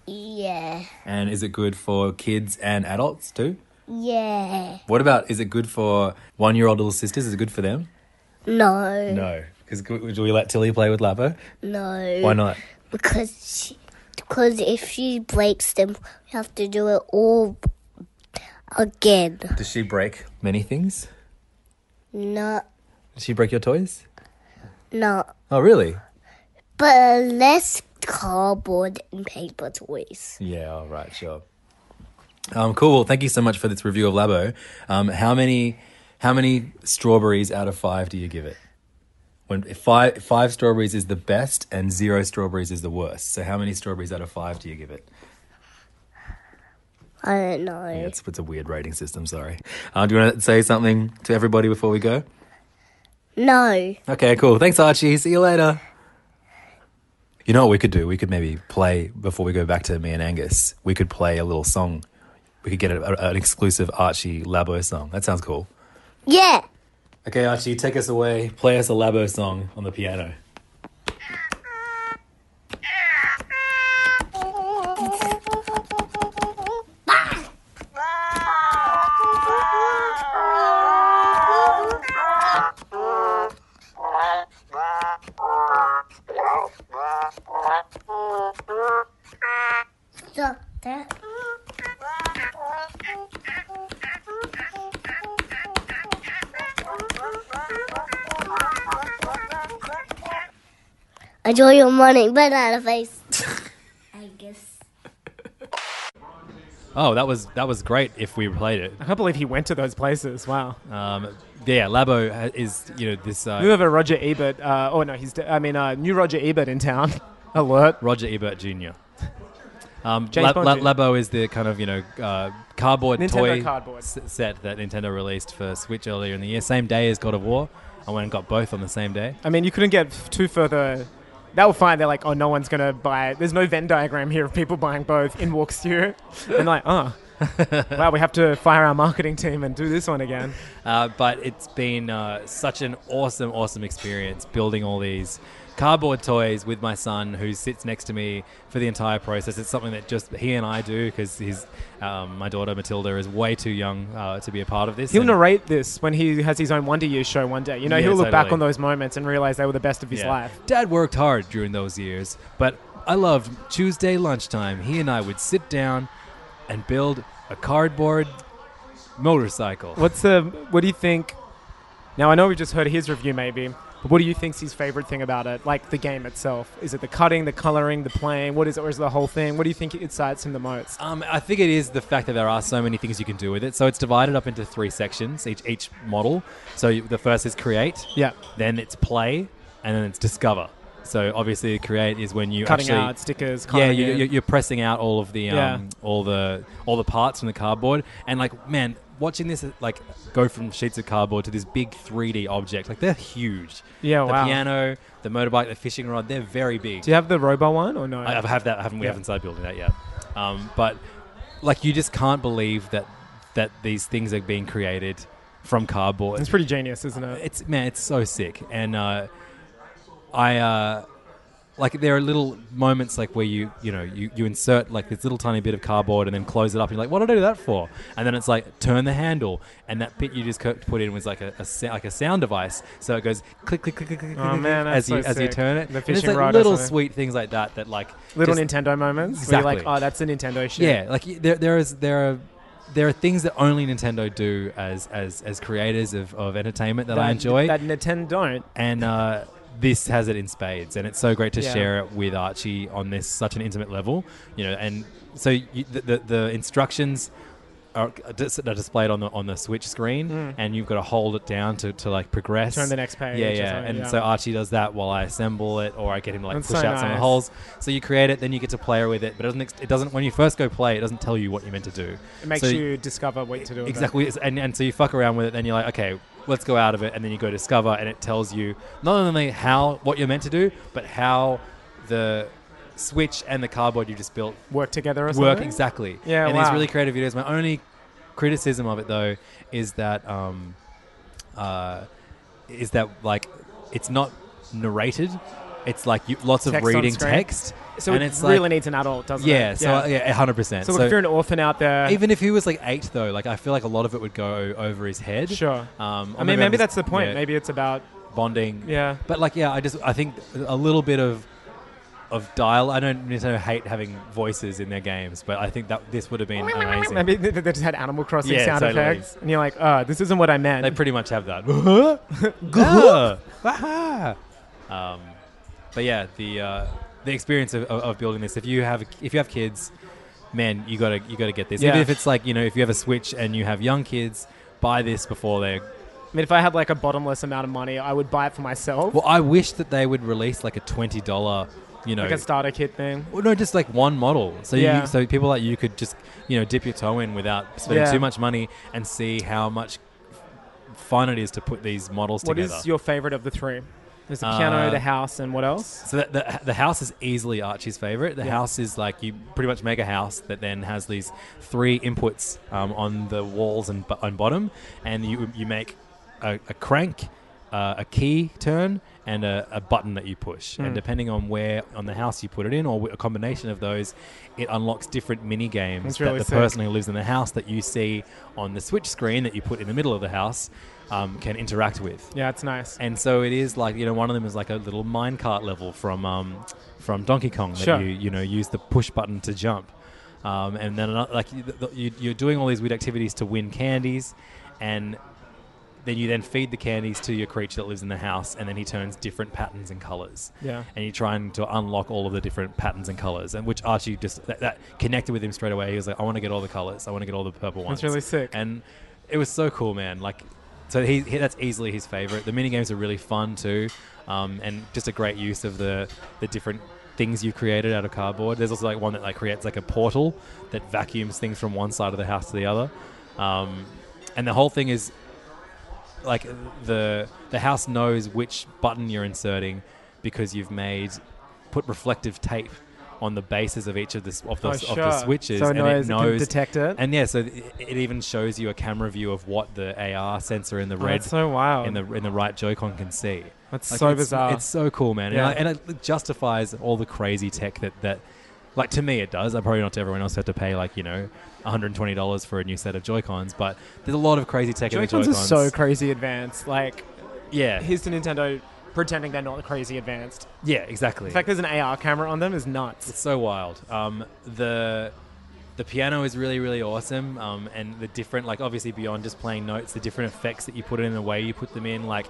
I: Yeah.
D: and is it good for kids and adults too?
I: Yeah.
D: What about is it good for one year old little sisters? Is it good for them?
I: No.
D: No. Because do we let Tilly play with Labo?
I: No.
D: Why not?
I: Because she, because if she breaks them, we have to do it all again.
D: Does she break many things?
I: No,
D: Does she break your toys?
I: no.
D: Oh, really?
I: But less cardboard and paper toys.
D: Yeah, all right, sure. Um, cool. Well, thank you so much for this review of Labo. Um, how many how many strawberries out of five do you give it? When if five five strawberries is the best and zero strawberries is the worst. So how many strawberries out of five do you give it?
I: I don't know.
D: Yeah, it's, it's a weird rating system. Sorry. Uh, do you want to say something to everybody before we go?
I: No.
D: Okay, cool. Thanks, Archie. See you later. You know what we could do? We could maybe play before we go back to me and Angus. We could play a little song. We could get a, a- an exclusive Archie Labo song. That sounds cool.
I: Yeah.
D: Okay, Archie, take us away. Play us a Labo song on the piano.
I: Stop that. Enjoy your morning. Bye, out face. I guess.
K: Oh, that was that was great. If we played it,
L: I can't believe he went to those places. Wow.
K: um, yeah, Labo ha- is you know this. Uh,
L: We have a Roger Ebert. Uh, oh no, he's. De- I mean, uh, new Roger Ebert in town. Alert.
K: Roger Ebert Jr. Um,
L: James
K: La-
L: Bond
K: La-
L: Jr..
K: Labo is the kind of you know uh, cardboard
L: Nintendo
K: toy
L: cardboard.
K: s- set that Nintendo released for Switch earlier in the year, same day as God of War. I went and got both on the same day.
L: I mean, you couldn't get f- too further. They were fine. They're like, oh, no one's gonna buy. There's no Venn diagram here of people buying both. In walks you, and like, oh, wow, we have to fire our marketing team and do this one again.
K: Uh, but it's been uh, such an awesome, awesome experience building all these cardboard toys with my son, who sits next to me for the entire process. It's something that just he and I do because his um, my daughter Matilda is way too young uh, to be a part of this.
L: He'll
K: and-
L: narrate this when he has his own Wonder Years show one day. You know,
K: Yeah,
L: he'll look back
K: totally.
L: on those moments and realize they were the best of his
K: Yeah.
L: life.
K: Dad worked hard during those years, but I loved Tuesday lunchtime. He and I would sit down and build a cardboard motorcycle.
L: What's the? What do you think? Now I know we just heard his review, maybe,
I: But what do you think's his favorite thing about it? Like the game itself? Is it the cutting, the coloring, the playing? What is it? Or is it the whole thing? What do you think excites him the most?
D: Um, I think it is the fact that there are so many things you can do with it. So it's divided up into three sections, each each model. So you, the first is create.
I: Yeah.
D: Then it's play, and then it's discover. So obviously, create is when you
I: Cutting
D: actually
I: out stickers,
D: Yeah,
I: coloring
D: you,
I: in.
D: you- you're pressing out all of the um,
I: Yeah.
D: all the all the parts from the cardboard, and like man, watching this like go from sheets of cardboard to this big 3D object, like they're huge.
I: Yeah,
D: the
I: wow.
D: piano, the motorbike, the fishing rod, they're very big.
I: Do you have the robot one or no?
D: I have that. Haven't we
I: Yeah.
D: haven't started building that yet? Um, but like, you just can't believe that that these things are being created from cardboard.
I: It's pretty genius, isn't it?
D: It's man, it's so sick. And uh, I uh, like there are little moments like where you you know you, you insert like this little tiny bit of cardboard and then close it up. And you're like, what did I do that for? And then it's like turn the handle, and that bit you just co- put in was like a, a sou- like a sound device, so it goes click click click click click.
I: Oh,
D: click,
I: man,
D: click, as
I: that's
D: you
I: so
D: as you
I: sick.
D: turn it,
I: The
D: And it's,
I: fishing
D: like,
I: rod or
D: little
I: something.
D: sweet things like that that like
I: Little
D: just-
I: Nintendo moments. Where you're like, oh, that's a Nintendo shit.
D: yeah, like y- there, there is there are there are things that only Nintendo do as as as creators of, of entertainment that, I enjoy,
I: That Nintendo don't.
D: and uh, this has it in spades, and it's so great to
I: Yeah.
D: share it with Archie on this such an intimate level, you know, and so you, the, the the instructions. Are, dis- are displayed on the on the switch screen,
I: Mm.
D: and you've got to hold it down to, to like progress.
I: Turn the next page
D: Yeah,
I: or
D: yeah.
I: something,
D: And
I: yeah.
D: so Archie does that while I assemble it, or I get him to like
I: That's
D: push
I: so
D: out some of
I: nice.
D: the holes. So you create it, then you get to play with it, but it doesn't. ex- It doesn't. When you first go play, it doesn't tell you what you're meant to do.
I: It makes
D: So
I: you discover what to do. with it.
D: exactly, it's- and and so you fuck around with it. Then you're like, okay, let's go out of it, and then you go discover, and it tells you not only how what you're meant to do, but how the switch and the cardboard you just built
I: Work together or
D: work
I: something?
D: exactly.
I: Yeah,
D: and
I: wow.
D: these really creative videos. My only criticism of it though is that um, uh, is that like it's not narrated. It's like you, lots of
I: Text on
D: reading
I: screen.
D: text,
I: So
D: and
I: it
D: it's
I: really
D: like,
I: needs an adult, doesn't
D: yeah,
I: it?
D: So uh, yeah, hundred percent.
I: So, if you're an orphan out there,
D: even if he was like eight, though, like I feel like a lot of it would go over his head.
I: Sure.
D: Um, or
I: I mean, maybe
D: I'm
I: that's
D: just-
I: the point.
D: yeah,
I: Maybe it's about
D: bonding.
I: Yeah.
D: But like, yeah, I just I think a little bit of of dial. I don't Nintendo hate having voices in their games, but I think that this would have been amazing.
I: maybe they, they just had Animal Crossing
D: Yeah,
I: sound
D: totally.
I: effects, and you're like, oh, this isn't what I meant.
D: They pretty much have that.
I: Good.
D: Ah. um, but yeah, the uh, the experience of, of, of building this. If you have if you have kids, man, you gotta you gotta get this.
I: Yeah.
D: Even if it's like you know, if you have a Switch and you have young kids, buy this before they.
I: I mean, if I had like a bottomless amount of money, I would buy it for myself,
D: Well, I wish that they would release like a twenty dollar, you know,
I: like a starter kit thing.
D: Well, no, just like one model. So
I: Yeah.
D: you, so people like you could just you know dip your toe in without spending
I: Yeah.
D: too much money and see how much f- fun it is to put these models
I: What
D: together.
I: is your favorite of the three? There's the piano,
D: Uh,
I: the house, and what else?
D: so that, the, the house is easily Archie's favorite. The
I: Yeah.
D: house is like you pretty much make a house that then has these three inputs um, on the walls and, bo- and bottom, and you you make a, a crank, uh, a key turn, and a, a button that you push.
I: Mm.
D: And depending on where on the house you put it in, or wh- a combination of those, it unlocks different mini
I: That's
D: games that
I: really
D: the
I: sick.
D: person who lives in the house that you see on the switch screen that you put in the middle of the house um, can interact with.
I: Yeah, it's nice.
D: And so it is like you know one of them is like a little minecart level from um, from Donkey Kong that
I: Sure.
D: you you know use the push button to jump, um, and then another, like you, th- you, you're doing all these weird activities to win candies, and then you then feed the candies to your creature that lives in the house, and then he turns different patterns and colors.
I: Yeah.
D: And you're trying to unlock all of the different patterns and colors, and which Archie just that, that connected with him straight away. He was like, I want to get all the colors. I want to get all the purple ones.
I: That's really sick.
D: And it was so cool, man. Like, so he, he that's easily his favorite. The mini games are really fun too, um, and just a great use of the the different things you've created out of cardboard. There's also like one that like creates like a portal that vacuums things from one side of the house to the other, um, and the whole thing is like the the house knows which button you're inserting because you've made put reflective tape on the bases of each of the s- of the,
I: Oh,
D: s- of
I: sure.
D: the switches
I: So
D: and
I: it knows-
D: it
I: it can
D: knows
I: detect it?
D: and yeah so th- it even shows you a camera view of what the AR sensor in the
I: Oh,
D: red
I: that's so wild.
D: in the in the right Joy-Con can see
I: That's so
D: it's-
I: bizarre.
D: it's so cool man
I: Yeah.
D: and, I, and it justifies all the crazy tech that that like to me it does I probably not to everyone else who have to pay like you know $120 for a new set of Joy-Cons but there's a lot of crazy tech in
I: Joy-Cons
D: the
I: are
D: Joy-Cons
I: so crazy advanced. Like,
D: Yeah.
I: here's the Nintendo pretending they're not crazy advanced.
D: Yeah, exactly.
I: In fact, there's an AR camera on them is nuts.
D: It's so wild. Um, the The piano is really, really awesome. Um, and the different, like, obviously, beyond just playing notes, the different effects that you put in, the way you put them in, like,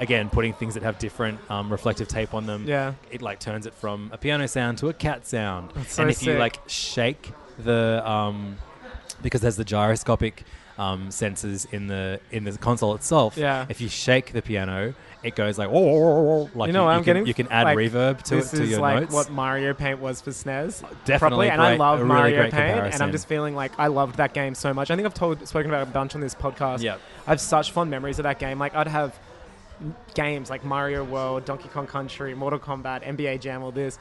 D: again, putting things that have different um, reflective tape on them.
I: Yeah.
D: It, like, turns it from a piano sound to a cat sound.
I: That's so
D: and if you,
I: sick.
D: like, shake the, um, because there's the gyroscopic. Um, sensors in the in the console itself.
I: Yeah.
D: If you shake the piano, it goes like oh, like
I: you know what I'm
D: can,
I: getting?
D: You can add
I: Like,
D: reverb to it
I: this
D: to
I: is
D: your
I: like
D: notes.
I: what Mario Paint was for SNES.
D: Definitely
I: properly, and I
D: great-
I: love
D: a really
I: Mario
D: great
I: Paint, and
D: comparison.
I: I'm just feeling like I loved that game so much. I think I've told spoken about it a bunch on this podcast.
D: Yep.
I: I have such fond memories of that game. Like I'd have m- games like Mario World, Donkey Kong Country, Mortal Kombat, NBA Jam, all this.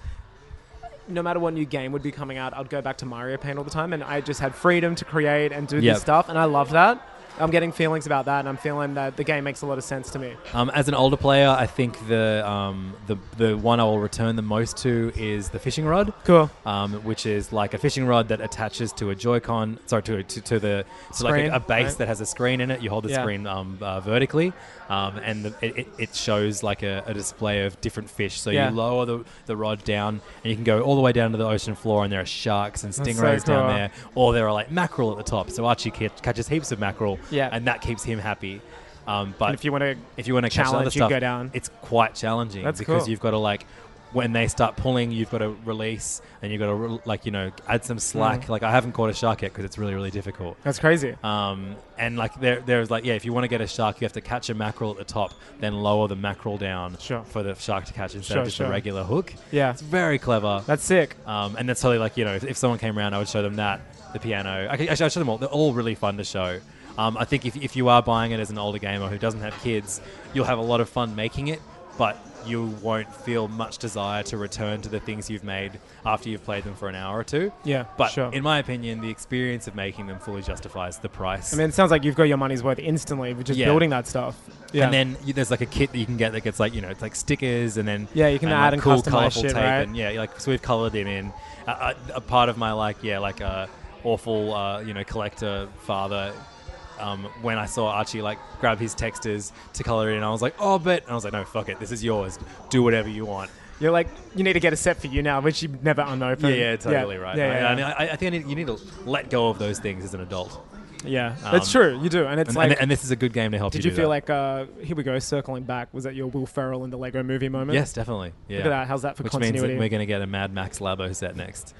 I: No matter what new game would be coming out, I'd go back to Mario Paint all the time, and I just had freedom to create and do
D: Yep.
I: this stuff, and I love that. I'm getting feelings about that, and I'm feeling that the game makes a lot of sense to me.
D: Um, as an older player, I think the um, the the one I will return the most to is the fishing rod.
I: Cool.
D: Um, which is like a fishing rod that attaches to a Joy-Con. Sorry, to to, to the so like
I: Screen,
D: a, a base
I: right?
D: that has a screen in it. You hold the
I: Yeah.
D: screen um, uh, vertically, um, and the, it, it- it shows like a, a display of different fish. So
I: Yeah.
D: you lower the, the rod down, and you can go all the way down to the ocean floor, and there are sharks and
I: That's so
D: stingrays down
I: cool.
D: there, or there are like mackerel at the top. So Archie ca- catches heaps of mackerel,
I: Yeah.
D: and that keeps him happy. Um, but
I: And if you wanna
D: if you want to catch other
I: challenge, you
D: stuff,
I: go down.
D: it's quite challenging
I: That's
D: because
I: cool.
D: you've got to like when they start pulling, you've got to release and you've got to re- like you know add some slack.
I: Mm. Oh.
D: Like I haven't caught a shark yet because it's really really difficult.
I: That's crazy.
D: Um, and like there there's like yeah, if you want to get a shark, you have to catch a mackerel at the top, then lower the mackerel down for the shark to catch instead
I: Sure,
D: of just a
I: sure.
D: regular hook.
I: Yeah.
D: it's very clever.
I: That's sick.
D: Um, and that's totally like you know if, if someone came around, I would show them that the piano. I, could- actually, I show them all. They're all really fun to show. Um, I think if, if you are buying it as an older gamer who doesn't have kids, you'll have a lot of fun making it, but you won't feel much desire to return to the things you've made after you've played them for an hour or two.
I: Yeah,
D: but
I: sure.
D: in my opinion, the experience of making them fully justifies the price.
I: I mean, it sounds like you've got your money's worth instantly with just
D: Yeah.
I: building that stuff. Yeah.
D: And then you, there's like a kit that you can get that gets like you know it's like stickers and then
I: Yeah, you can add and
D: cool
I: customize
D: colorful
I: shit,
D: tape
I: right?
D: and yeah like so we've colored him in. A, a, a part of my like yeah like a awful uh, you know collector father. Um, when I saw Archie like grab his textures to color it in, I was like, oh, but and I was like, no, fuck it, this is yours. Do whatever you want.
I: you're like, you need to get a set for you now, which you never unopened.
D: Yeah, yeah, totally right.
I: Yeah,
D: I-
I: yeah,
D: I, mean,
I: yeah.
D: I, I think I need, you need to let go of those things as an adult.
I: Yeah, that's true, you do, and it's
D: um, and,
I: like-
D: and this is a good game to help
I: Did
D: you.
I: you,
D: do
I: feel
D: that.
I: like uh, here we go, circling back? Was that your Will Ferrell in the Lego Movie moment?
D: Yes, definitely. Yeah.
I: Look at that. How's that for
D: Which
I: continuity?
D: means that we're going to get a Mad Max Labo set next.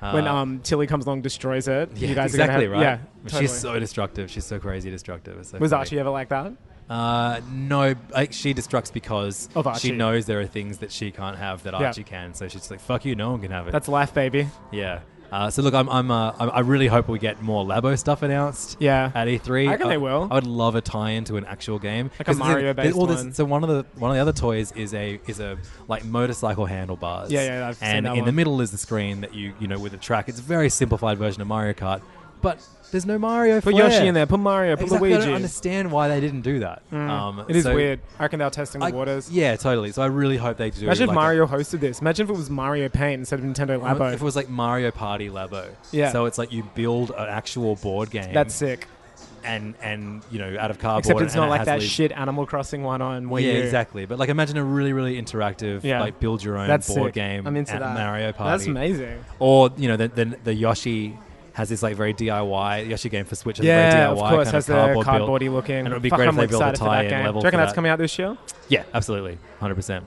I: when
D: Uh,
I: um, Tilly comes along, destroys it.
D: yeah,
I: you guys
D: exactly
I: are gonna
D: right.
I: have, Yeah, totally.
D: She's so destructive. She's so crazy destructive. It's so
I: was
D: funny.
I: Archie ever like that?
D: Uh, no, like she destructs because
I: Of Archie.
D: she knows there are things that she can't have that
I: Yeah.
D: Archie can. So she's like, "Fuck you, no one can have it."
I: That's life, baby.
D: Yeah. Uh, so look, I'm, I'm, uh, I'm- I really hope we get more Labo stuff announced.
I: Yeah.
D: At E3,
I: I reckon they will.
D: I would love a tie-in to an actual game,
I: Like a
D: 'Cause there's-
I: Mario-based
D: there's all this-
I: one.
D: So one of the one of the other toys is a is a like motorcycle handlebars.
I: Yeah, yeah, I've seen
D: And
I: that
D: in the
I: one.
D: middle is the screen that you you know with a track. It's a very simplified version of Mario Kart, but there's no Mario.
I: Put
D: flair.
I: Yoshi in there. Put Mario. Put
D: Oh, Exactly, I
I: Luigi.
D: don't understand why they didn't do that.
I: Mm.
D: Um,
I: it is
D: so-
I: weird. I reckon they were testing the
D: I-
I: waters.
D: Yeah, totally. So I really hope they do.
I: Imagine if
D: like, a-
I: Mario hosted this. Imagine if it was Mario Paint instead of Nintendo Labo.
D: if it was like Mario Party Labo.
I: Yeah.
D: So it's like you build an actual board game.
I: That's sick.
D: And and you know out of cardboard.
I: Except it's
D: and
I: not
D: it
I: like
D: has
I: that
D: all these-
I: shit Animal Crossing one on Wii
D: yeah,
I: U.
D: exactly. But like imagine a really really interactive
I: Yeah.
D: like build your own
I: That's
D: board
I: sick.
D: game.
I: I'm into
D: at
I: that.
D: Mario
I: That's
D: Party.
I: amazing.
D: Or you know the the, the Yoshi. Has this like very DIY Yoshi game for Switch? has a
I: Yeah,
D: very DIY
I: of course,
D: kind
I: has the
D: cardboard build.
I: cardboardy looking-
D: And it would be
I: Fuck,
D: great
I: I'm
D: if they built a
I: excited for that
D: tie-in
I: game.
D: level.
I: Do you reckon
D: for
I: that's
D: that.
I: coming out this year?
D: Yeah, absolutely, hundred percent.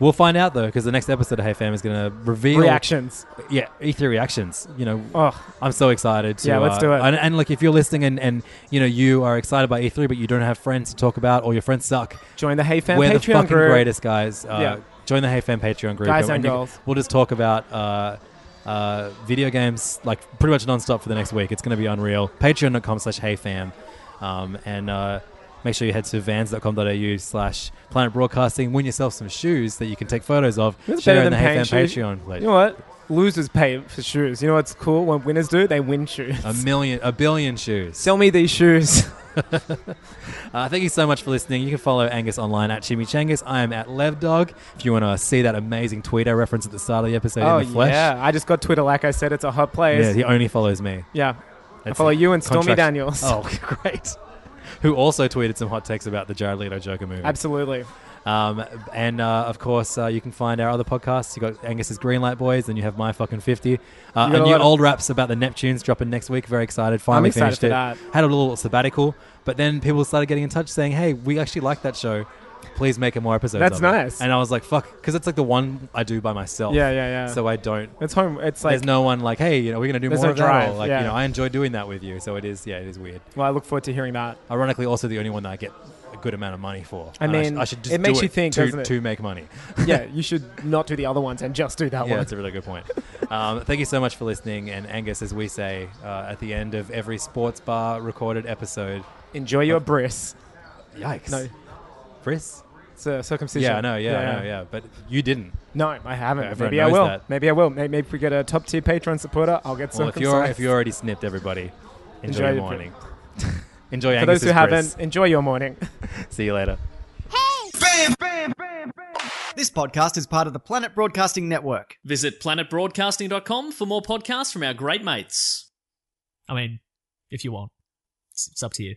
D: We'll find out though, because the next episode of Hey Fam is going to reveal
I: Reactions.
D: Yeah, E3 reactions. You know,
I: Oh.
D: I'm so excited. To,
I: Yeah, let's
D: uh,
I: do it.
D: And, and look, if you're listening and, and you know you are excited by E3, but you don't have friends to talk about, or your friends suck,
I: Join the Hey Fam
D: We're the
I: Patreon
D: fucking
I: group.
D: greatest guys. Uh,
I: Yeah.
D: Join the Hey Fam Patreon group.
I: Guys and
D: you-
I: girls.
D: We'll just talk about. Uh, uh, video games like pretty much nonstop for the next week. It's going to be unreal. Patreon.com slash HeyFam. Um, and uh, make sure you head to vans.com.au slash planet broadcasting. Win yourself some shoes that you can take photos of.
I: That's
D: Share
I: better
D: in
I: than
D: the Hey
I: paying
D: Fam
I: shoes.
D: Patreon. Like,
I: You know what? Losers pay for shoes. You know what's cool? When winners do, they win shoes.
D: a million, a billion shoes.
I: Sell me these shoes.
D: Uh, thank you so much for listening. You can follow Angus online at Chimichangas. I am at LevDog. If you want to see that amazing tweet I referenced at the start of the episode
I: oh
D: in the flesh,
I: yeah, I just got Twitter. Like I said, it's a hot place.
D: Yeah, he only follows me.
I: Yeah. I
D: That's
I: follow
D: it.
I: you and Stormy
D: Contract-
I: Daniels.
D: Oh, great. Who also tweeted some hot takes about the Jared Leto Joker movie.
I: Absolutely.
D: Um, and uh, of course, uh, you can find our other podcasts. You got Angus's Greenlight Boys, and you have My Fucking Fifty. Uh,
I: You got
D: a new
I: a lot of-
D: old raps about the Neptunes dropping next week. Very excited. Finally
I: excited
D: finished
I: for
D: it.
I: that.
D: Had a little sabbatical, but then people started getting in touch saying, "Hey, we actually like that show." Please make it more episodes.
I: That's
D: of it."
I: nice.
D: And I was like, "Fuck," because it's like the one I do by myself.
I: Yeah, yeah, yeah.
D: So I don't.
I: It's home. It's like
D: There's no one like, hey, you know, we're gonna do
I: There's
D: more
I: no
D: of that. or,
I: drive,
D: like,
I: yeah.
D: you know, I enjoy doing that with you. So it is, yeah, it is weird.
I: Well, I look forward to hearing that.
D: Ironically, also the only one that I get a good amount of money for.
I: I
D: And sh-
I: mean,
D: I, should just
I: it makes
D: do
I: you think
D: to,
I: doesn't it?
D: to make money.
I: yeah, you should not do the other ones and just do that
D: yeah,
I: one.
D: that's a really good point. Um, thank you so much for listening. And Angus, as we say uh, at the end of every sports bar recorded episode,
I: enjoy your bris.
D: Yikes.
I: No,
D: bris.
I: It's a circumcision.
D: Yeah, I know. Yeah, I know. Yeah, but you didn't.
I: No, I haven't.
D: Everyone
I: maybe I
D: knows
I: will.
D: that.
I: Maybe I will. May- Maybe if we get a top tier Patreon supporter, I'll get
D: Well,
I: some.
D: if you're if you already snipped everybody, enjoy,
I: Enjoy
D: your
I: your
D: morning. enjoy
I: For
D: Angus's
I: those who
D: bris.
I: haven't, enjoy your morning.
D: See you later.
E: Bam, bam, bam, bam. This podcast is part of the Planet Broadcasting Network.
M: Visit planetbroadcasting.com for more podcasts from our great mates. I mean, if you want, it's, it's up to you.